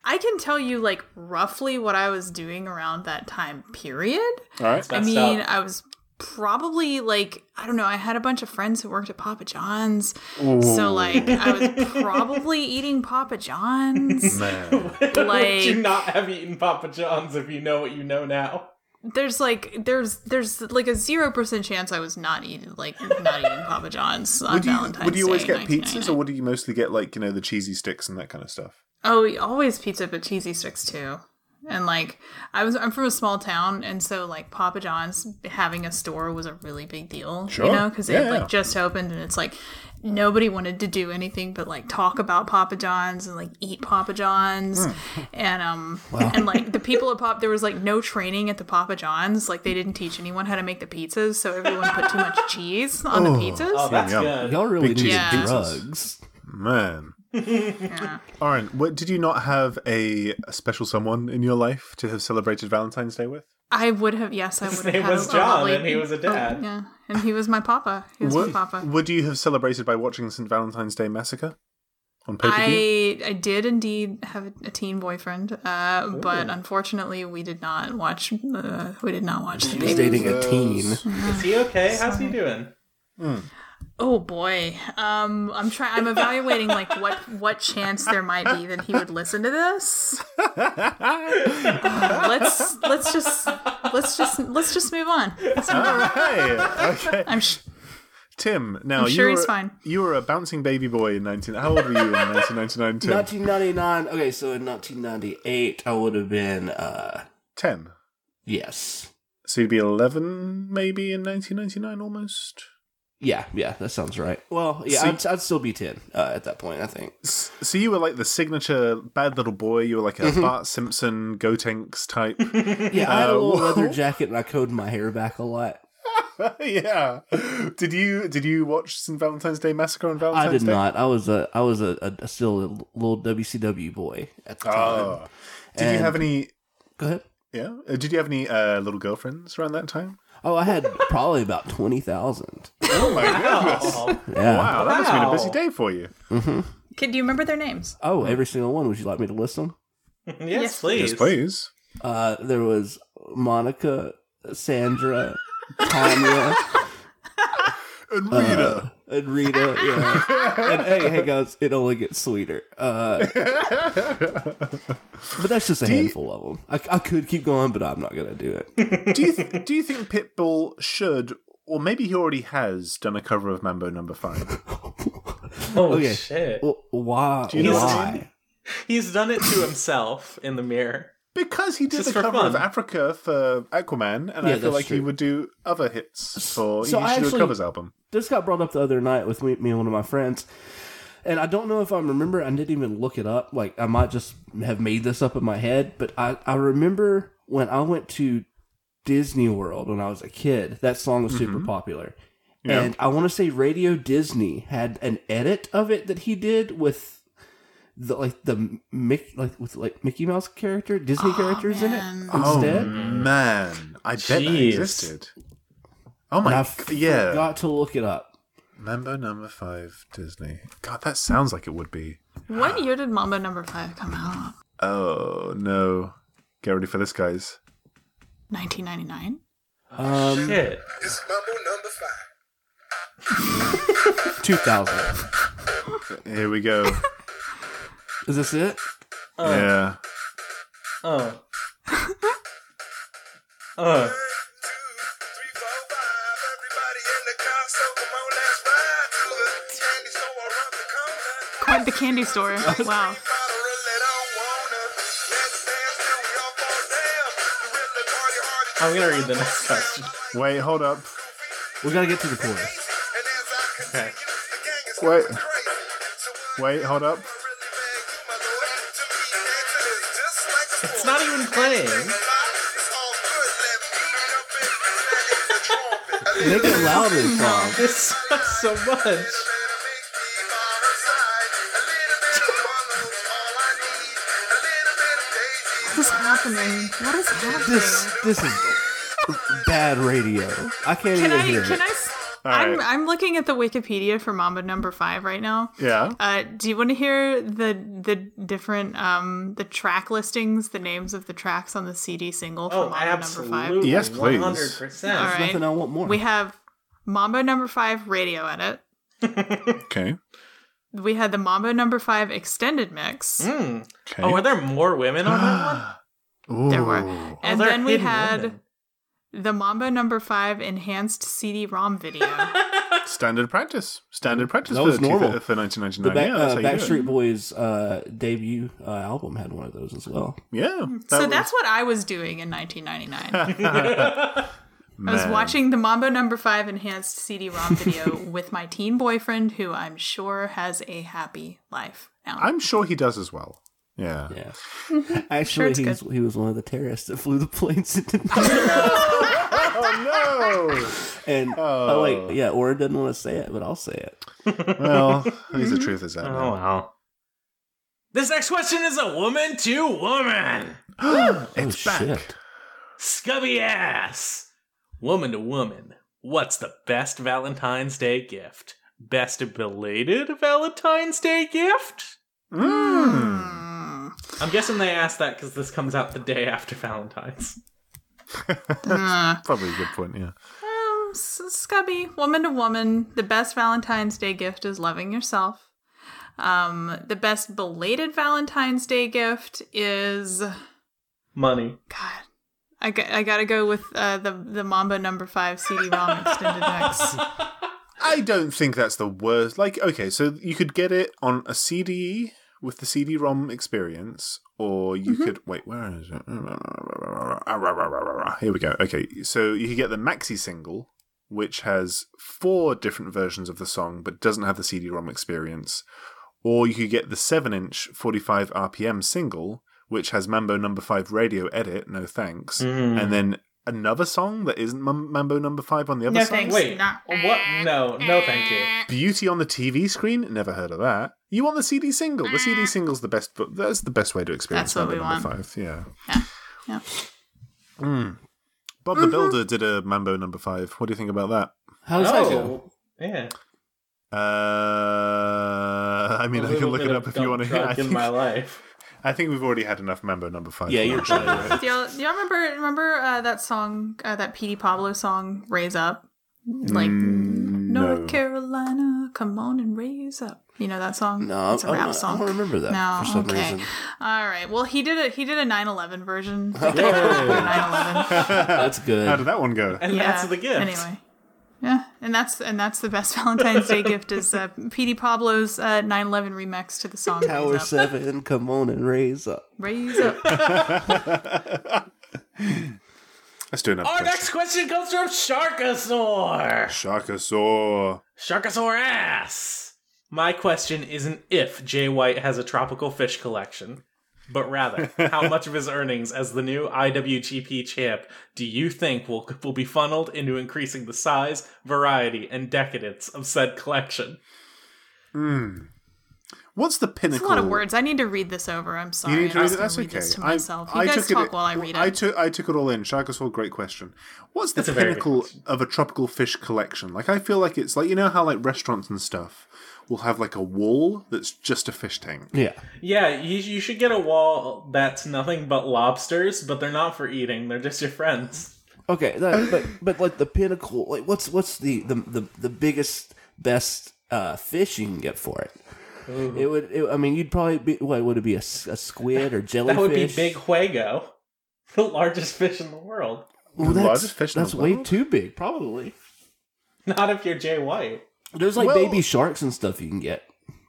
S1: I can tell you like roughly what I was doing around that time period.
S4: All right.
S1: I
S3: Messed
S1: mean,
S3: up. [laughs]
S1: I was probably like I don't know, I had a bunch of friends who worked at Papa John's. So like I was probably eating Papa
S4: [laughs]
S1: John's.
S4: Man.
S1: Like-
S3: Would you not have eaten Papa John's if you know what you know now?
S1: there's like there's there's like a zero percent chance I was not eating like not eating Papa John's on
S4: would you
S1: Valentine's
S4: would you always
S1: Day,
S4: get pizzas
S1: 1999.
S4: or would you mostly get like you know the cheesy sticks and that kind of stuff
S1: Oh, always pizza, but cheesy sticks too. And like I was, I'm from a small town, and so like Papa John's having a store was a really big deal,
S4: Sure.
S1: you know, because
S4: Yeah,
S1: it
S4: yeah.
S1: like just opened, and it's like nobody wanted to do anything but like talk about Papa John's and like eat Papa John's,
S4: Hmm.
S1: and um and like the people at Pop, there was like no training at the Papa John's, like they didn't teach anyone how to make the pizzas, so everyone put too much cheese on the pizzas.
S3: Oh, that's
S4: yum.
S3: good.
S2: Y'all really
S4: Big
S2: need
S1: cheese and
S2: drugs.
S4: man Aaron, what did you not have a, a special someone in your life to have celebrated Valentine's Day with?
S1: I would have, yes, I would have.
S3: name
S1: had
S3: was
S1: a- a
S3: John,
S1: lovely-
S3: and he was a dad.
S1: yeah, and he was my papa. He was
S4: Would,
S1: my papa.
S4: would you have celebrated by watching St. Valentine's Day Massacre on pay per view?
S1: I I did indeed have a teen boyfriend, uh, but unfortunately we did not watch. Uh, we did not watch the
S2: He's
S1: baby.
S2: dating a teen.
S3: Is he okay? How's he doing?
S1: Oh boy, um, I'm trying. I'm evaluating like what what chance there might be that he would listen to this. Uh, let's let's just let's just let's just move on.
S4: All right, okay.
S1: [laughs] I'm sh-
S4: Tim, now
S1: I'm sure
S4: you were,
S1: he's fine.
S4: You were a bouncing baby boy in nineteen. How old were you in nineteen ninety nine? Tim,
S2: 1999. Okay, so in 1998, I would have been, uh,
S4: ten.
S2: yes.
S4: So you'd be eleven, maybe in nineteen ninety nine, almost.
S2: Yeah, yeah, that sounds right. Well, yeah,
S4: So-
S2: I'd, I'd still be 10 uh, at that point, I think.
S4: S- So you were like the signature bad little boy. You were like a Bart Simpson, Go Tanks type.
S2: [laughs] Yeah, I had a
S4: Uh,
S2: little
S4: whoa.
S2: leather jacket and I combed my hair back a lot.
S4: [laughs] yeah. Did you did you watch St. Valentine's Day Massacre on Valentine's
S2: I did
S4: Day?
S2: not. I was a, I was a, a- a still a little WCW boy at the time.
S4: Oh. Did you
S2: And-
S4: have any?
S2: Go ahead.
S4: Yeah. Uh, Did you have any uh, little girlfriends around
S2: [laughs]
S4: that time?
S2: Oh, I had probably about 20,000.
S4: Oh my goodness!
S3: Oh,
S2: Yeah.
S4: Wow, that must have been a
S3: Wow.
S4: busy day for you.
S1: Kid, do you remember their names?
S2: Oh, every single one. Would you like me to list them?
S3: yes,
S1: Yes,
S3: please.
S4: Yes, please.
S2: Uh, there was Monica, Sandra, Tanya,
S4: and
S2: Uh,
S4: Rita.
S2: and Rita, yeah. and hey, hey guys, it only gets sweeter. Uh, but that's just a handful of them. I, I could keep going, but I'm not gonna do it.
S4: do
S2: [laughs]
S4: you th- do you think Pitbull should, or maybe he already has done a cover of Mambo Number Five?
S3: Oh
S2: Okay.
S3: shit!
S2: Well, why?
S4: you know what I
S2: why?
S4: mean?
S3: He's done it to himself in the mirror.
S4: Because he did
S3: Just
S4: the
S3: for
S4: cover of
S3: fun.
S4: Africa for Aquaman, and
S2: Yeah,
S4: I feel
S2: that's
S4: like he
S2: true.
S4: would do other hits for.
S2: So
S4: he
S2: I
S4: should do a
S2: actually-
S4: covers album.
S2: this got brought up the other night with me, me and one of my friends and i don't know if i remember i didn't even look it up like i might just have made this up in my head but i, I remember when i went to disney world when i was a kid that song was super popular
S4: Mm-hmm. Yeah.
S2: and i want to say radio disney had an edit of it that he did with the like the mick like with like mickey mouse character disney characters in
S1: man.
S2: it instead
S4: Oh man, I bet that
S3: Jeez.
S4: existed. Oh my,
S2: and i
S4: g- yeah,
S2: got to look it up
S4: Mambo Number Five Disney. God, that sounds like it would be.
S1: What year did Mambo Number Five come out?
S4: Oh no, get ready for this, guys.
S1: 1999.
S2: um
S3: Shit.
S5: It's Mambo number five.
S2: 2000
S4: Here we
S2: [laughs]
S4: go.
S2: is this it
S4: yeah.
S3: Uh. uh.
S5: Two, three, four, five. Everybody in the car, so come on, let's ride to the candy store around the corner.
S1: Quite the candy store. Wow.
S5: Bottle really don't wanna. Let's dance till we all
S3: I'm gonna
S5: fall down. You rip the party hard
S3: read the next question.
S4: Wait, hold up.
S2: We gotta get to the chorus.
S5: and as I continue, the gang is
S4: [laughs] Wait.
S5: going crazy. So what
S4: Wait, hold up.
S3: It's
S5: I really beg you, my lord, to me, dancing is just like a sport.
S3: not even playing.
S5: It's all good, let me jump in. the trumpet. A
S2: Make
S1: [laughs]
S2: it
S3: [laughs]
S2: louder,
S1: Oh,
S2: Tom.
S3: This sucks so much.
S5: little bit of Mickey by her side, a little bit of Marlowe's all I need, a little bit of
S1: What is happening?
S5: Daisy.
S1: What is happening?
S2: This this is bad radio. I can't
S1: can
S2: even
S1: I?
S2: hear
S1: Can
S2: it.
S1: I? s-
S4: All
S1: I'm,
S4: right.
S1: I'm looking at the Wikipedia for Mambo Number Five right now.
S4: Yeah.
S1: Uh, do you want to hear the the different um the track listings, the names of the tracks on the CD single for
S3: Oh,
S1: Mambo Number Five?
S3: absolutely.
S4: Yes, please.
S3: 100%.
S1: All
S2: There's
S1: right.
S2: nothing I want more.
S1: We have Mambo Number Five radio edit.
S4: Okay.
S1: We had the Mambo Number Five extended mix.
S3: Mm.
S4: Okay. [gasps]
S3: Oh, are there more women on that one?
S1: There were,
S4: Ooh.
S1: and
S3: Oh, they're
S1: then we
S3: hidden
S1: had
S3: women.
S1: the Mambo Number Five enhanced CD-ROM
S3: [laughs]
S1: video.
S4: Standard practice. Standard practice
S2: That
S4: for,
S2: was normal.
S4: for 1999.
S2: the back,
S4: yeah, that's
S2: uh,
S4: how you do it.
S2: Backstreet Boys uh, debut uh, album had one of those as
S4: [laughs]
S2: well.
S4: Yeah. that
S1: Mm, so
S4: was-
S1: that's what I was doing in 1999.
S3: [laughs]
S1: I was
S4: man.
S1: watching the Mambo Number Five enhanced CD-ROM video [laughs] with my teen boyfriend, who I'm sure has a happy life now.
S4: I'm sure he does as well.
S2: [laughs]
S4: Yeah.
S1: [laughs]
S2: Yeah, actually,
S1: it's
S2: he was, he was one of the terrorists that flew the planes into.
S4: Oh
S2: [laughs] and oh. wait, yeah, Ora doesn't want to say it, but I'll say it. [laughs]
S4: no. well, at least the truth is out.
S3: Oh, wow. This next question is a woman to woman.
S4: [gasps] It's
S2: oh
S4: back.
S2: shit!
S3: Scubby ass. Woman to woman. What's the best Valentine's Day gift? Best belated Valentine's Day gift?
S4: Mm.
S1: Mm.
S3: I'm guessing they asked that because this comes out the day after Valentine's.
S1: Uh,
S4: Probably a good point. Yeah.
S1: um, s- scubby, woman to woman, the best Valentine's Day gift is loving yourself. Um, the best belated Valentine's Day gift is
S3: Money.
S1: God. I, got, I gotta go with uh, the the Mamba number five
S4: [laughs]
S1: CD-ROM extended mix.
S4: I don't think that's the worst. Like, okay, so you could get it on a CD with the CD-ROM experience, or you could wait. Where is it? Here we go. Okay, so you could get the maxi single, which has four different versions of the song, but doesn't have the CD-ROM experience, or you could get the seven-inch 45 RPM single, which has Mambo Number Five radio edit. No thanks, and then. Another song that isn't Mam- Mambo Number Five on the other
S1: No
S4: song.
S1: thanks.
S3: Wait.
S1: Nah.
S3: What? No. No, thank you.
S4: Beauty on the TV screen? Never heard of that. You want the CD single? The CD single's the best. But that's the best way to experience.
S1: That's what
S4: Mambo
S1: we
S4: number
S1: want.
S4: Five, yeah.
S1: Yeah.
S4: Mm. Bob the Builder did a Mambo number five. What do you think about that?
S2: How does
S4: Oh.
S2: that go?
S3: Oh, yeah.
S4: Uh, I mean, I can look it up if you want to hear. [laughs] I
S3: In
S4: think,
S3: my life.
S4: I think we've already had enough Mambo number five.
S2: Yeah,
S4: for
S2: you're
S4: one show,
S2: right.
S4: right?
S1: Do y'all, do y'all remember
S2: Mm,
S1: remember uh, that song, uh, that P.D. Pablo song, "Raise Up"? Like, North
S4: No.
S1: Carolina, come on and raise up. You know that song?
S2: No,
S1: it's a
S2: I- I
S1: rap
S2: don't-
S1: song.
S2: I don't remember that
S1: No,
S2: for some
S1: okay.
S2: reason.
S1: All right. Well, he did a he did a 9/11
S2: [laughs]
S1: version. Like, they were 9/11.
S2: That's
S4: How
S2: good.
S4: did that one go?
S3: And
S1: Yeah.
S3: that's the gift.
S1: Anyway. Yeah, and that's and that's the best [laughs] Valentine's Day gift is uh, P.D. Pablo's uh, 9/11 remix to the song
S2: Tower
S1: Raise Up.
S2: Seven, come on and raise up.
S1: Raise up.
S4: Let's do another
S3: Our
S4: question.
S3: next question comes from Sharkosaur.
S4: Sharkosaur.
S3: Sharkosaur ass. My question isn't if Jay White has a tropical fish collection, but rather how much of his earnings as the new IWGP champ do you think will will be funneled into increasing the size, variety, and decadence of said collection?
S4: What's the
S1: It's a
S4: pinnacle?
S1: lot of words. I need to read this over. I'm sorry.
S4: You need to
S1: I
S4: read
S1: was
S4: it.
S1: gonna
S4: That's okay.
S1: this to
S4: I-
S1: myself.
S4: I
S1: you guys
S4: took it-
S1: talk while I read it.
S4: I took I took it all in. Sharkosaur, great question. What's the
S3: That's a very good
S4: pinnacle of a tropical fish collection? Like I feel like it's like you know how like restaurants and stuff will have like a wall that's just a fish tank.
S2: Yeah,
S3: Yeah, you, you should get a wall that's nothing but lobsters, but they're not for eating; they're just your friends.
S2: okay, that, but but like the pinnacle, like what's what's the the the, the biggest best uh, fish you can get for it? It would. It, I mean, you'd probably be. What would it be? A, s- a squid or jellyfish?
S3: [laughs] That would be Big Huego, [laughs] the largest fish in the world.
S2: Well,
S4: The
S2: that's
S4: largest fish in the
S2: that's way
S4: world?
S2: too big, probably.
S3: Not if you're Jay White.
S2: There's like
S4: Well-
S2: baby sharks and stuff you can get.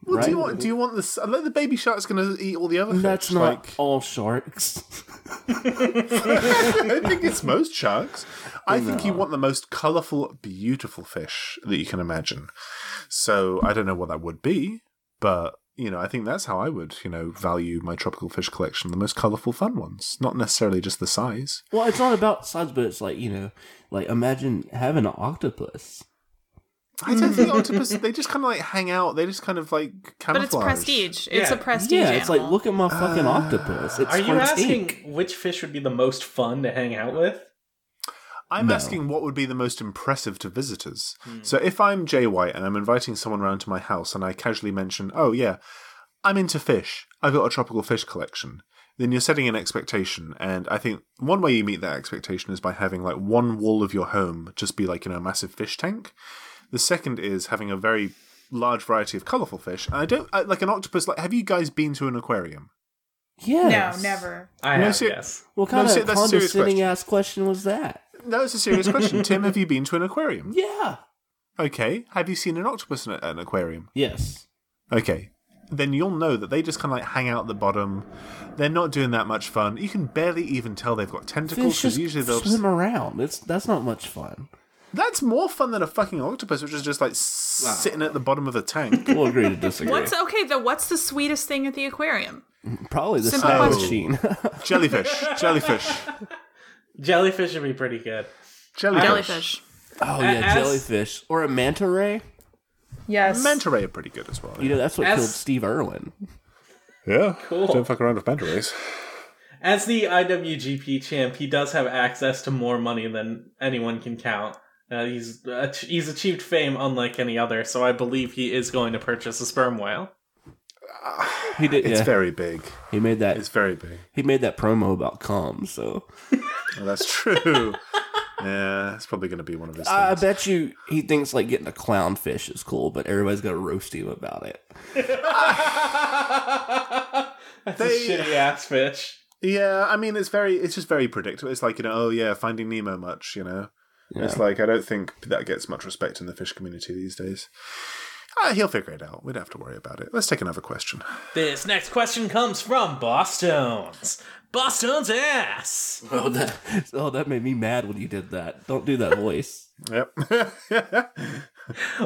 S4: Well,
S2: right?
S4: do you want do you want this? Like the baby shark's going to eat all the other fish.
S2: That's not
S4: Like,
S2: all sharks. [laughs]
S4: I think it's most sharks. I think you want the most colourful, beautiful fish that you can imagine. So I don't know what that would be, but you know, I think that's how I would, you know, value my tropical fish collection, the most colourful fun ones. Not necessarily just the size.
S2: well, it's not about size, but it's like you know, like imagine having an octopus.
S4: I don't think octopus they just kinda like hang out, they just kind of like
S1: but it's
S4: camouflage.
S1: prestige. It's
S3: Yeah.
S1: a prestige.
S2: Yeah, it's like
S1: animal.
S2: look at my fucking
S4: Uh,
S2: octopus. It's
S3: Are you
S2: from
S3: asking
S2: Ink.
S3: which fish would be the most fun to hang out with?
S4: I'm
S2: No.
S4: asking what would be the most impressive to visitors. So if I'm Jay White and I'm inviting someone around to my house and I casually mention, oh, yeah, I'm into fish, I've got a tropical fish collection, then you're setting an expectation. And I think one way you meet that expectation is by having like one wall of your home just be like, you know, a massive fish tank. The second is having a very large variety of colorful fish. And I don't I, like an octopus. Like, have you guys been to an aquarium?
S2: Yes.
S1: No, never.
S3: I
S4: No,
S3: have,
S4: ser-
S3: yes.
S2: What kind
S4: No, see,
S2: of
S4: that's a serious
S2: condescending
S4: question.
S2: ass question was that?
S4: No, it's a serious question. Tim, have you been to an aquarium?
S2: Yeah.
S4: Okay. Have you seen an octopus in a- an aquarium?
S2: Yes.
S4: Okay. Then you'll know that they just kind of like hang out at the bottom. They're not doing that much fun. You can barely even tell they've got tentacles
S2: Fish
S4: because
S2: just
S4: usually they'll.
S2: swim
S4: Just...
S2: around. It's that's not much fun.
S4: That's more fun than a fucking octopus, which is just like s sitting at the bottom of the tank.
S2: We'll agree to disagree.
S1: What's okay? The what's the sweetest thing at the aquarium?
S2: Probably the
S1: Simple
S2: slot
S4: question.
S2: machine. [laughs]
S4: [laughs] jellyfish, jellyfish,
S3: Jellyfish would be pretty good.
S4: jellyfish,
S1: Jellyfish.
S2: oh yeah,
S3: As-
S2: jellyfish or a manta ray.
S1: Yes.
S4: Manta ray are pretty good as well.
S2: You know that's what
S3: As-
S2: killed Steve Irwin.
S4: Yeah,
S3: Cool.
S4: Don't fuck around with manta rays.
S3: As the IWGP champ, he does have access to more money than anyone can count. Uh, he's uh, he's achieved fame unlike any other, so I believe he is going to purchase a sperm whale.
S2: He did.
S4: It's
S2: yeah.
S4: very big.
S2: He made that.
S4: It's very big.
S2: He made that promo about cum. So
S4: Well, that's [laughs] true. yeah, it's probably going to be one of his.
S2: I, I
S4: things.
S2: bet you he thinks like getting a clownfish is cool, but everybody's gonna roast him about it.
S3: That's
S4: They-
S3: a shitty ass fish.
S4: Yeah, I mean, it's very, it's just very predictable. It's like you know, oh yeah, Finding Nemo much, you know. It's like I don't think that gets much respect in the fish community these days. Uh, he'll figure it out. We don't have to worry about it. Let's take another question.
S3: This next question comes from Boston's. Boston's ass.
S2: Oh, that. [laughs] Oh, that made me mad when you did that. Don't do that voice.
S4: [laughs] Yep.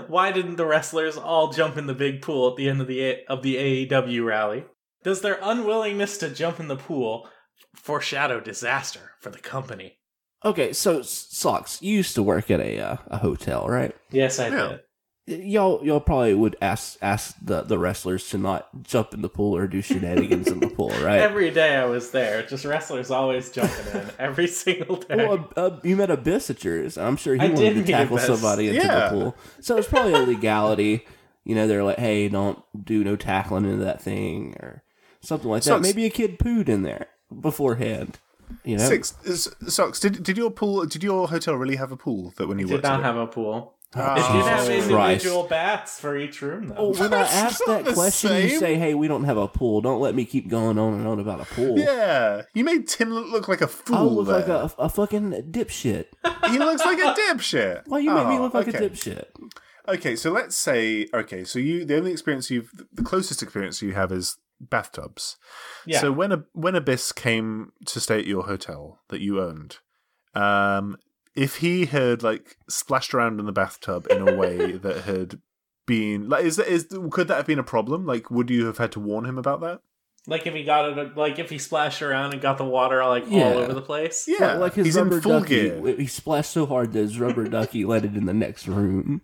S3: Why didn't the wrestlers all jump in the big pool at the end of the A- of the AEW rally? Does their unwillingness to jump in the pool foreshadow disaster for the company?
S2: Okay, so S- socks. You used to work at a uh, a hotel, right?
S3: Yes, I
S4: Yeah.
S3: did.
S2: Y'all, y'all probably would ask ask the, the wrestlers to not jump in the pool or do shenanigans in the
S3: [laughs]
S2: pool, right?
S3: Every day I was there, just wrestlers always jumping
S2: [laughs]
S3: in every single day.
S2: Well, uh, uh, you met Abyss at yours. and I'm sure he
S3: I did
S2: wanted to
S3: meet
S2: tackle
S3: Abyss.
S2: somebody into
S4: Yeah.
S2: the pool, so it's probably a legality. You know, they're like, "Hey, don't do no tackling into that thing" or something like that.
S4: Socks.
S2: Maybe a kid pooed in there beforehand. You know,
S4: Six socks. Did did your pool? Did your hotel really have a pool that when you
S3: did
S4: worked?
S3: not
S4: at it? Ah.
S3: have a pool. They did
S2: Jesus
S3: have
S2: Oh, Christ. Oh,
S3: individual baths for each room, though.
S2: When I
S4: That's
S2: ask
S4: not
S2: that
S4: the
S2: question, you
S4: same.
S2: say, "Hey, we don't have a pool. Don't let me keep going on and on about a pool."
S4: Yeah, you made Tim look, look like a fool.
S2: I look
S4: there.
S2: like a, a fucking dipshit.
S4: he looks like a dipshit.
S2: Why you make me
S4: Oh,
S2: look like
S4: okay.
S2: a dipshit?
S4: Okay, so let's say okay, so you the only experience you've the closest experience you have is bathtubs.
S3: Yeah.
S4: So when a when Abyss came to stay at your hotel that you owned, um, if he had like splashed around in the bathtub in a way that had been like is that is could that have been a problem? Like, would you have had to warn him about that?
S3: Like if he got it, like if he splashed around and got the water like
S2: Yeah.
S3: all over the place.
S4: Yeah,
S2: like, like his
S4: he's
S2: rubber
S4: in full
S2: ducky. [laughs]
S4: gear.
S2: He splashed so hard that his rubber ducky landed in the next room.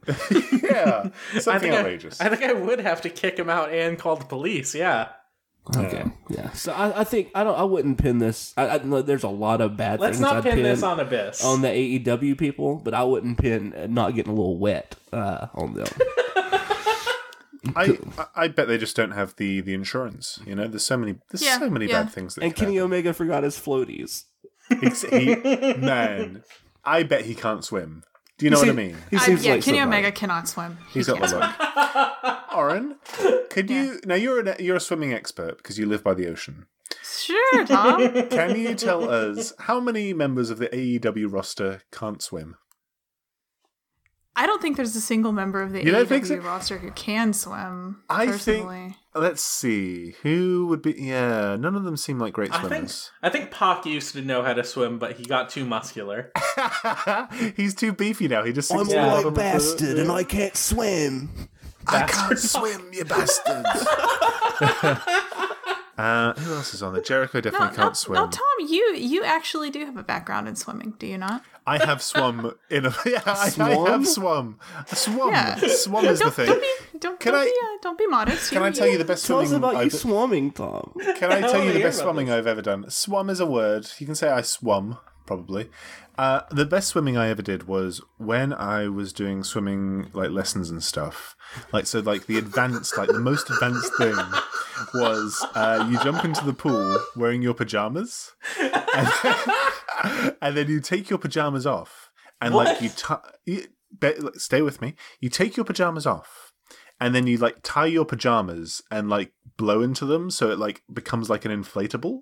S4: yeah, something
S3: I-
S4: outrageous.
S3: I think I would have to kick him out and call the police. Yeah.
S2: Okay, yeah. So I, I think I don't. I wouldn't pin this. I, I no, there's a lot of bad
S3: Let's
S2: things.
S3: not
S2: I'd
S3: pin, this on Abyss.
S2: on the AEW people, but I wouldn't pin uh, not getting a little wet uh, on
S4: [laughs]
S2: them.
S4: I, I I bet they just don't have the the insurance. You know, there's so many there's
S1: Yeah,
S4: so many
S1: yeah.
S4: bad things. That
S2: and
S4: can
S2: Kenny
S4: happen.
S2: Omega forgot his floaties.
S3: [laughs]
S4: Ex- he, man, I bet he can't swim. Do you know what I mean?
S2: He
S1: I,
S2: seems
S1: yeah,
S2: like
S1: Kenny
S2: somebody.
S1: Omega cannot swim.
S4: He's got the look.
S3: [laughs]
S4: Oren, could you now you're an, you're a swimming expert because you live by the ocean.
S1: Sure, Tom.
S4: [laughs] Can
S3: [laughs]
S4: you tell us how many members of the AEW roster can't swim?
S1: I don't think there's a single member of the
S4: You don't
S1: AEW
S4: think so?
S1: roster who can swim.
S4: I
S1: personally.
S4: think let's see who would be. Yeah, none of them seem like great
S3: I think
S4: swimmers.
S3: I think Pac used to know how to swim, but he got too muscular.
S4: He's too beefy now. He just
S2: I'm
S4: sits
S2: a
S4: down
S2: white
S4: on the-
S2: bastard and I can't swim.
S4: I can't swim, you bastards. [laughs] uh, who else is on there? Jericho definitely
S1: No,
S4: can't
S1: no,
S4: swim.
S1: no, Tom, you you actually do have a background in swimming, do you not?
S4: I have swum in a. [laughs] Yeah, I, I
S2: Swum?
S4: have swum. Swum.
S1: Yeah.
S4: Swum is the
S1: don't,
S4: thing.
S1: don't be don't,
S4: Can
S1: don't
S4: I-
S1: be uh, don't be modest.
S4: Can I
S1: You-
S4: tell you the best
S2: Tell us
S4: swimming?
S2: about you
S4: I've,
S2: swimming, Tom.
S4: can I
S3: wanna
S4: tell you the
S3: hear
S4: best
S3: about
S4: swimming I've ever done? Swum is a word. You can say I swum probably. Uh, the best swimming I ever did was when I was doing swimming like lessons and stuff. Like so, like the advanced, like the most advanced thing was uh, you jump into the pool wearing your pajamas. and then [laughs] you take your pajamas off and like you, ti- you be, like, stay with me you take your pajamas off and then you like tie your pajamas and like blow into them so it like becomes like an inflatable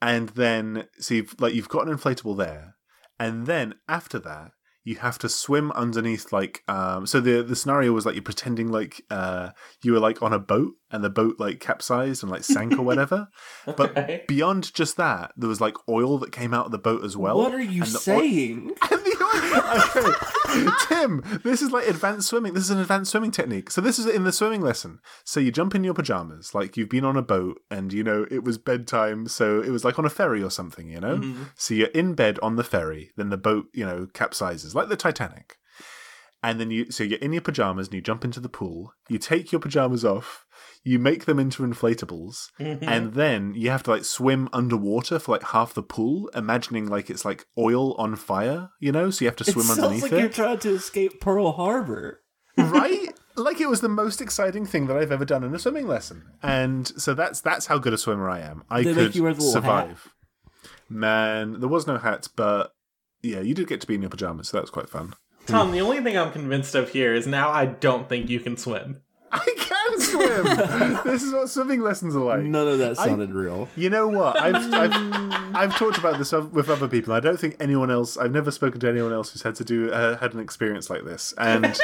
S4: and then so you've like you've got an inflatable there and then after that you have to swim underneath like um so the the scenario was like you're pretending like uh you were like on a boat and the boat like capsized and like sank
S2: [laughs]
S4: or whatever [laughs] but
S3: Okay.
S4: beyond just that there was like oil that came out of the boat as well
S2: What are you
S4: and the oil-
S2: saying?
S4: [laughs] and the oil- Okay. Tim, this is like advanced swimming. This is an advanced swimming technique. So this is in the swimming lesson. So you jump in your pajamas, like you've been on a boat, and you know it was bedtime, so it was like on a ferry or something, you know. So you're in bed on the ferry, then the boat, you know, capsizes, like the Titanic. And then you, so you're in your pajamas and you jump into the pool. You take your pajamas off. You make them into inflatables,
S2: Mm-hmm.
S4: and then you have to like swim underwater for like half the pool, imagining like it's like oil on fire, you know. So you have to
S2: It
S4: swim
S2: sounds
S4: underneath
S2: like
S4: it,
S2: you're trying to escape Pearl Harbor.
S4: right? Like it was the most exciting thing that I've ever done in a swimming lesson, and so that's that's how good a swimmer I am. I
S2: They
S4: could
S2: make you wear the little hat.
S4: survive. Man, there was no hat, but yeah, you did get to be in your pajamas, so that was quite fun.
S3: Tom, the only thing I'm convinced of here is now I don't think you can swim.
S4: I can swim. [laughs] this is what swimming lessons are like.
S2: None of that sounded real.
S4: You know what? I've,
S1: [laughs]
S4: I've, I've talked about this oth- with other people. I don't think anyone else. I've never spoken to anyone else who's had to do uh, had an experience like this.
S1: [laughs]
S4: And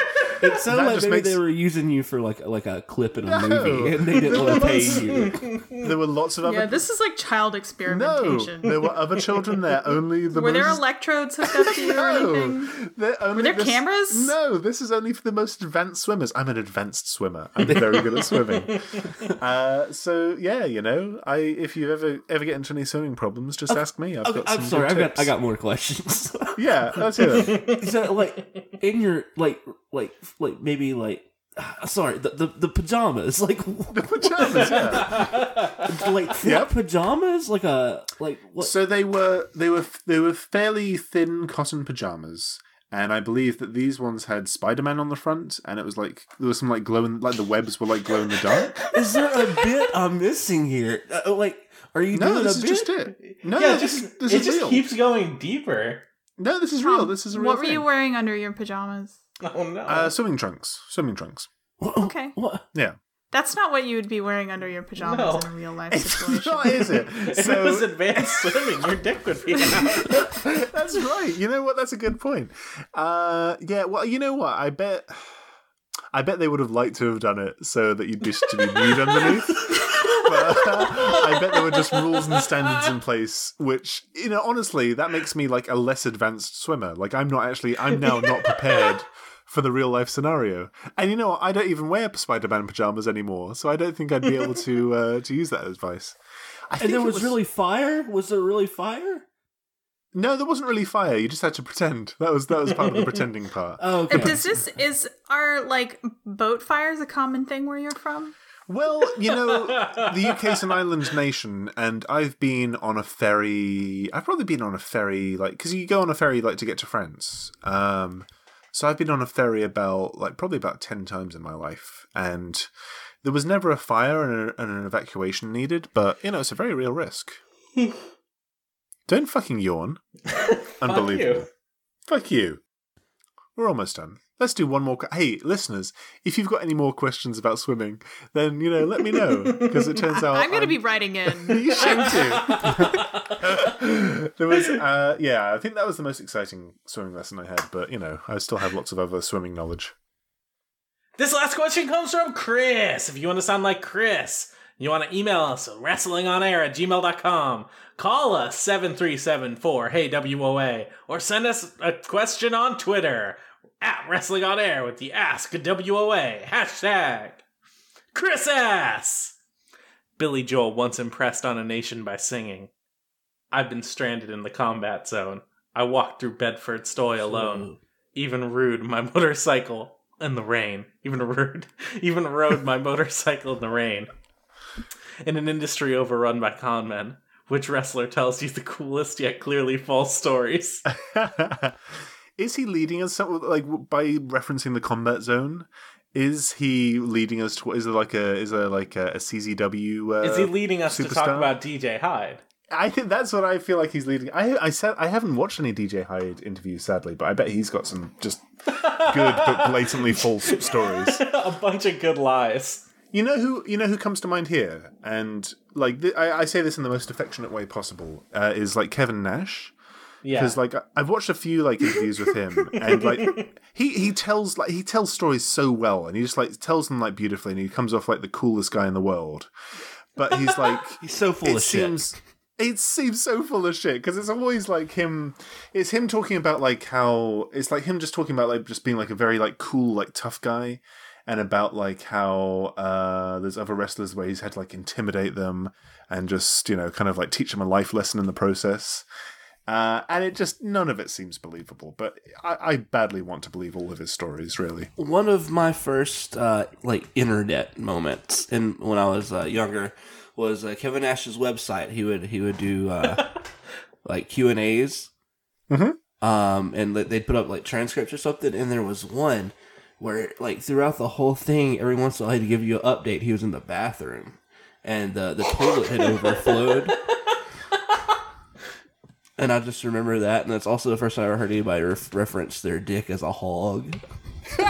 S2: It sounded
S4: that
S2: like
S4: just
S2: maybe
S4: makes-
S2: they were using you for like like a clip in a
S4: No.
S2: movie, and they
S4: [laughs]
S2: didn't want to pay you.
S4: there were lots of other.
S1: Yeah, this is like child
S4: no,
S1: experimentation.
S4: there were other
S1: [laughs]
S4: children there. Only the
S1: Were there
S4: most-
S1: electrodes hooked up to you or anything?
S4: no, They're only
S1: there
S4: this-
S1: cameras?
S4: No, this is only for the most advanced swimmers. I'm an advanced swimmer. I'm very good at swimming.
S2: [laughs]
S4: Uh, so yeah, you know, I if you ever ever get into any swimming problems, just ask me. I've got
S2: I'm
S4: some
S2: sorry,
S4: good
S2: I got
S4: tips.
S2: I got more
S4: [laughs]
S2: questions.
S3: [laughs]
S4: Yeah, let's hear them.
S2: so like in your like like like maybe like [sighs] sorry the the, the pajamas like [laughs]
S4: The pajamas, yeah.
S2: like flat
S4: Yep.
S2: pajamas like a like what
S4: So they were they were they were fairly thin cotton pajamas, and I believe that these ones had Spider Man on the front, and it was like there was some like glow in like the webs were like glow in the
S3: [laughs]
S4: dark.
S2: is there a bit I'm missing here uh, like are you
S4: No,
S2: doing
S4: this
S2: a
S4: is
S2: bit
S4: just it. No,
S3: yeah,
S4: this
S3: just
S4: is this
S3: it
S4: is
S3: just
S4: real.
S3: keeps going deeper.
S4: No, this is real. This is a real.
S1: What were
S4: thing.
S1: you wearing under your pajamas?
S3: Oh no.
S4: Uh, swimming trunks. Swimming trunks.
S1: Okay.
S2: What?
S4: Yeah.
S1: That's not what you would be wearing under your pajamas
S3: No.
S1: in a real life
S4: It's [laughs]
S1: situation.
S4: not, is it?
S1: [laughs]
S3: if [laughs] it was advanced swimming, your dick would
S4: [laughs]
S3: be out.
S4: That's right. You know what? That's a good point. Uh, yeah. Well, you know what? I bet. I bet they would have liked to have done it so that you'd just to be nude underneath. But, [laughs] I bet there were just rules and standards in place, which you know, honestly, that makes me like a less advanced swimmer. Like I'm not actually. I'm
S2: [laughs]
S4: now not prepared. For the real life scenario, and you know, what? I don't even wear Spider-Man pajamas anymore, so I don't think I'd be
S2: [laughs]
S4: able to uh, to use that advice. I
S2: And
S4: think
S2: there
S4: it
S2: was, really fire? Was there really fire?
S4: no, there wasn't really fire. You just had to pretend. That was that was part of the pretending part.
S2: [laughs] Oh, okay.
S1: Does this is are like boat fires a common thing where you're from?
S4: Well, you know, the UK's an island nation, and I've been on a ferry. I've probably been on a ferry, like, because you go on a ferry, like, to get to France. Um, so I've been on a ferry about, like, probably about 10 times in my life. And there was never a fire and, a, and an evacuation needed, but, you know, it's a very real risk. Don't fucking yawn. Unbelievable. Fuck you. We're almost done. Let's do one more. que- hey, listeners, if you've got any more questions about swimming, then you know, let me know because it turns out
S1: [laughs] I'm going to be writing in.
S4: [laughs] You should
S1: [laughs]
S4: do. there was, uh, yeah, I think that was the most exciting swimming lesson I had. But you know, I still have lots of other swimming knowledge. [laughs]
S3: This last question comes from Chris. If you want to sound like Chris, you want to email us at wrestlingonair at gmail.com. Call us 7374 hey WOA or send us a question on Twitter at Wrestling On Air with the Ask WOA hashtag. Chris Ass! Billy Joel once impressed on a nation by singing, I've been stranded in the combat zone. I walked through Bedford Stoy alone even rude my motorcycle in the rain. Even rude, [laughs] even rode my motorcycle in the rain. In an industry overrun by con men, which wrestler tells you the coolest yet clearly false stories?
S4: is he leading us some, like by referencing the combat zone? Is he leading us to? Is there like a? Is there like a, a CZW? Uh,
S3: Is he leading us to talk
S4: superstar?
S3: about DJ Hyde?
S4: I think that's what I feel like he's leading. I I said I haven't watched any DJ Hyde interviews, sadly, but I bet he's got some just good but blatantly false
S3: [laughs]
S4: stories.
S3: a bunch of good lies.
S4: You know who you know who comes to mind here, and like th- I, I say this in the most affectionate way possible, uh, is like Kevin Nash
S3: Yeah.
S4: because like I- I've watched a few like interviews with him, and like he he tells like he tells stories so well, and he just like tells them like beautifully, and he comes off like the coolest guy in the world, but he's like
S2: He's so full of shit.
S4: seems it seems so full of shit because it's always like him it's him talking about like how it's like him just talking about like just being like a very like cool like tough guy and about like how uh there's other wrestlers where he's had to like intimidate them and just you know kind of like teach them a life lesson in the process uh and it just none of it seems believable but i, I badly want to believe all of his stories really
S2: One of my first uh, like internet moments, and when I was uh, younger, was uh, Kevin Nash's website. He would he would do uh, like Q and A's,
S4: Mhm.
S2: um, and like, they'd put up like transcripts or something. And there was one where like throughout the whole thing, every once in a while he'd give you an update. He was in the bathroom, and uh, the toilet had overflowed. [laughs] And I just remember that, and that's also the first time I ever heard anybody ref reference their dick as a hog.
S1: See,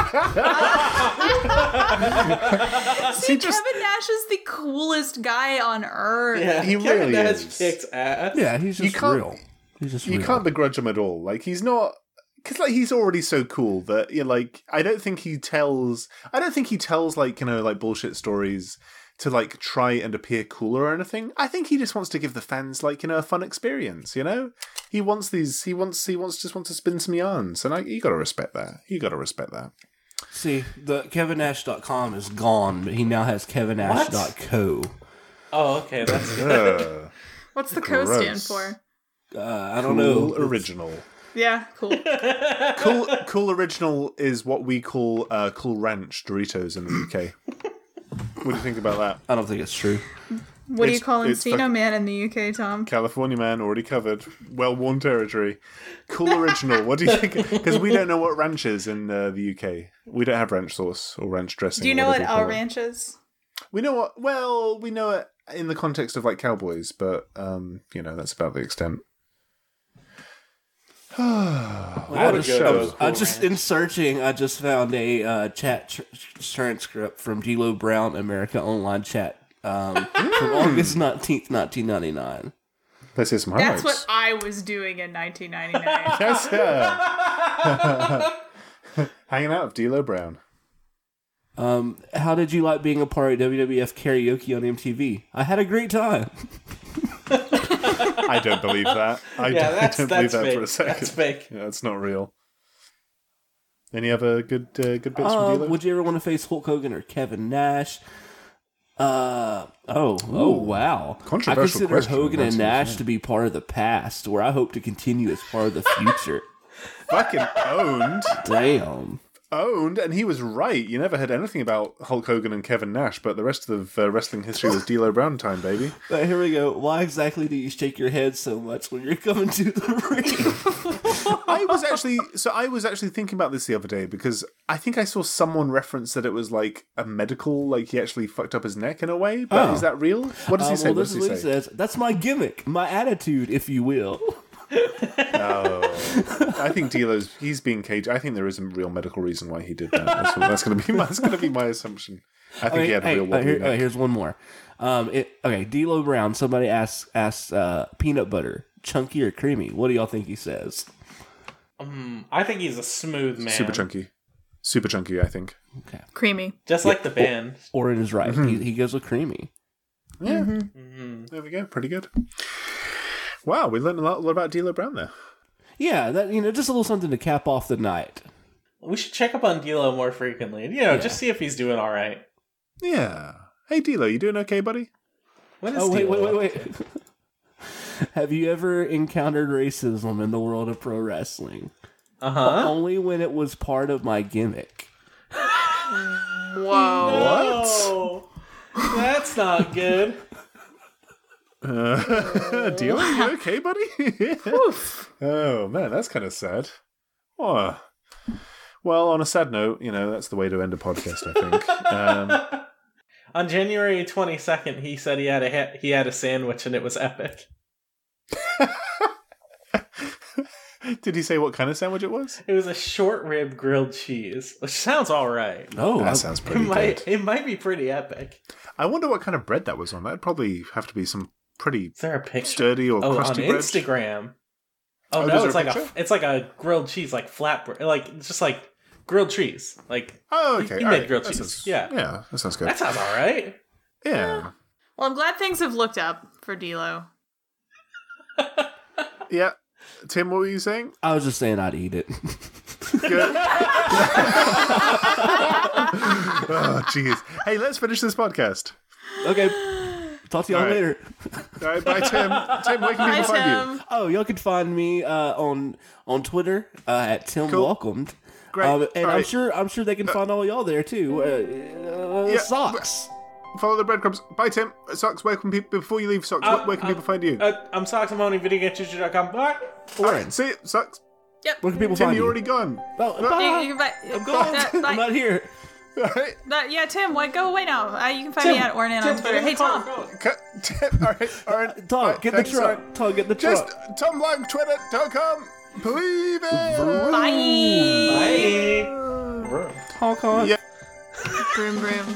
S1: Kevin Nash is the coolest guy on earth.
S4: he
S3: Kevin
S4: really
S3: Nash
S4: is.
S3: kicked ass.
S2: Yeah, he's
S4: You
S2: just
S4: can't-
S2: real. He's just
S4: you
S2: real.
S4: can't begrudge him at all. Like he's not because like he's already so cool that you know, like I don't think he tells I don't think he tells like you know like bullshit stories to like try and appear cooler or anything. I think he just wants to give the fans like you know a fun experience. You know he wants these he wants he wants just wants to spin some yarns and I, you got to respect that. You got to respect that.
S2: See, the KevinNash.com is gone, but he now has KevinNash.co.
S3: Oh, okay. That's
S4: [laughs]
S3: good.
S4: Uh,
S1: What's the co
S4: Gross.
S1: stand for?
S2: Uh, I don't
S4: cool
S2: know.
S4: original.
S1: Yeah, cool.
S4: Cool cool original is what we call uh, cool ranch Doritos in the UK. what do you think about that?
S2: I don't think it's true.
S1: What do you
S4: It's-
S1: call
S4: it's
S1: Encino
S4: fuck-
S1: Man in the UK, Tom?
S4: California man already covered. Well worn territory. Cool original. What do you think? Because we don't know what ranch is in uh, the UK. We don't have ranch sauce or ranch dressing.
S1: Do you
S4: or
S1: know what
S4: whatever you
S1: El
S4: call it.
S1: Ranch is?
S4: We know what. Well, we know it in the context of like cowboys, but um, you know that's about the extent.
S2: I
S3: a
S2: just,
S3: good
S2: I,
S3: old
S2: was- I just in searching, I just found a uh, chat tr- transcript from D'Lo Brown America Online chat [laughs] um, from August nineteenth, nineteen ninety nine.
S4: Let's hear some
S1: That's
S4: highlights.
S1: what I was doing in 1999.
S4: Yes, yeah.
S1: [laughs]
S4: Hanging out with D'Lo Brown.
S2: Um, how did you like being a part of WWF karaoke on MTV? I had a great time.
S4: I don't believe that. I
S3: Yeah,
S4: don't,
S3: that's
S4: don't
S3: that's
S4: believe that
S3: fake.
S4: for a second.
S3: That's fake.
S4: Yeah, that's not real. Any other good uh, good bits
S2: Uh,
S4: from D'Lo?
S2: would you ever want to face Hulk Hogan or Kevin Nash? Uh oh oh wow!
S4: Controversial
S2: I consider
S4: question,
S2: Hogan
S4: that's
S2: and Nash to be part of the past, where I hope to continue as part of the future. [laughs]
S4: Fucking owned,
S2: Damn.
S4: owned, and he was right. You never heard anything about Hulk Hogan and Kevin Nash, but the rest of uh, wrestling history was D'Lo Brown time, baby.
S2: But here we go. Why exactly do you shake your head so much when you're coming to the [laughs] ring?
S4: I was actually so I was actually thinking about this the other day because I think I saw someone reference that it was like a medical, like he actually fucked up his neck in a way. But
S2: Oh.
S4: is that real? What does he
S2: Uh,
S4: say?
S2: well,
S4: What
S2: this
S4: does
S2: is
S4: he
S2: what he
S4: say?
S2: says. That's my gimmick, my attitude, if you [laughs] will.
S4: I think D'Lo's he's being caged. I think there is a real medical reason why he did that. That's, what- that's going to be my, that's going to be my assumption. I think
S2: Okay,
S4: he had a
S2: hey,
S4: real
S2: uh,
S4: wobbly
S2: here- uh,
S4: neck.
S2: here's one more. Um, it, okay, D'Lo Brown. Somebody asks asks uh, peanut butter, chunky or creamy. What do y'all think he says?
S3: Um, I think he's a smooth man.
S4: Super chunky, super chunky. I think.
S1: Creamy.
S3: Just like the band.
S2: Orin is right.
S4: Mm-hmm.
S2: He, he goes with creamy.
S4: Yeah. There we go. Pretty good. Wow, we learned a lot, lot about D'Lo Brown there.
S2: Yeah, that you know, just a little something to cap off the night.
S3: We should check up on D'Lo more frequently. You know, just see if he's doing all right.
S4: Yeah. Hey D'Lo, you doing okay, buddy?
S3: What is
S2: Oh wait, wait,
S3: D'Lo
S2: wait,
S3: up
S2: wait. [laughs] Have you ever encountered racism in the world of pro wrestling?
S3: to? Uh-huh.
S2: Only when it was part of my gimmick.
S1: Whoa.
S3: What? That's not good.
S4: Uh, [laughs] D'Lo, you okay, buddy? [laughs] oh man, that's kind of sad. Oh. Well, on a sad note, you know that's the way to end a podcast. I
S3: [laughs]
S4: think. Um,
S3: On January 22nd, he said he had a ha- he had a sandwich and it was epic.
S4: Did he say what kind of sandwich it was?
S3: It was a short rib grilled cheese, which sounds all right.
S2: Oh, I-
S4: That sounds
S3: It
S4: pretty
S3: might
S4: good.
S3: it might be pretty epic.
S4: I wonder what kind of bread that was on. That'd probably have to be some pretty
S3: Is there a picture?
S4: sturdy or
S3: Oh, on
S4: crusty bread.
S3: Instagram. Oh,
S4: Oh, is
S3: no,
S4: there
S3: it's
S4: a
S3: like a
S4: picture?
S3: it's like a grilled cheese, like flatbread, like it's just like grilled cheese. Like
S4: Oh, okay.
S3: He
S4: all
S3: made
S4: right.
S3: grilled
S4: That
S3: cheese.
S4: sounds-
S3: Yeah.
S4: yeah, that sounds good.
S3: that sounds all right.
S4: yeah,
S1: Well, I'm glad things have looked up for D'Lo.
S4: yeah. Tim, what were you saying?
S2: I was just saying I'd eat
S4: [laughs]
S2: it. [laughs]
S4: Good. oh, jeez. Hey, let's finish this podcast.
S2: okay. [laughs] Talk to y'all all
S4: All right.
S2: later.
S4: All right, bye, Tim. Tim, where can
S1: Hi,
S4: people find you?
S1: Tim.
S2: Oh, y'all can find me uh, on on Twitter uh, at Tim
S4: Cool.
S2: Welcomed.
S4: Great.
S2: Um, and
S4: All
S2: I'm
S4: right. Uh,
S2: sure I'm sure they can find all y'all there too. Uh, uh,
S4: Yeah.
S2: Socks.
S4: Follow the breadcrumbs. Bye, Tim. Socks, where can people, before you leave, Socks,
S3: Uh,
S4: where- where can
S3: uh,
S4: people find you?
S3: Uh, I'm Soxamoni, videogameteacher.com. Bye.
S4: All
S2: Orin.
S4: right, see you, Socks.
S1: Yep.
S2: Where can people
S4: Tim,
S2: find
S4: you're
S2: you?
S4: already gone.
S2: Oh,
S1: You-
S2: bye.
S1: you can fi-
S2: I'm gone.
S1: that-
S2: I'm
S1: like-
S2: not here.
S4: All right.
S1: that- yeah, Tim, why go away now? Uh, you can find me at Ornan on Twitter. Hey, Tom.
S4: Cut. All right, all right.
S2: [laughs] Tom,
S4: All right,
S2: get
S4: thanks,
S2: the truck.
S4: Tom.
S2: Tom, get the
S4: Just
S2: truck.
S4: tumblogtwitter.com. Believe it.
S1: Bye.
S3: Bye.
S2: Hong Kong.
S4: Yeah.
S1: Broom, broom.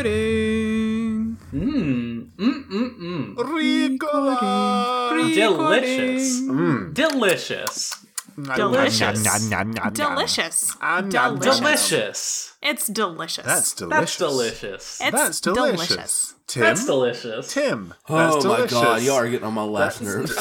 S1: Recording.
S4: Ricola.
S3: Delicious.
S4: Mm.
S3: Delicious. Delicious.
S1: Delicious.
S4: Ah, nom, nom, nom.
S3: Delicious.
S1: It's delicious.
S4: That's delicious.
S3: That's delicious.
S1: it's
S4: That's delicious. Tim.
S3: That's delicious.
S4: Tim. That's
S2: Oh my
S4: delicious.
S2: god, y'all are getting on my last nerves.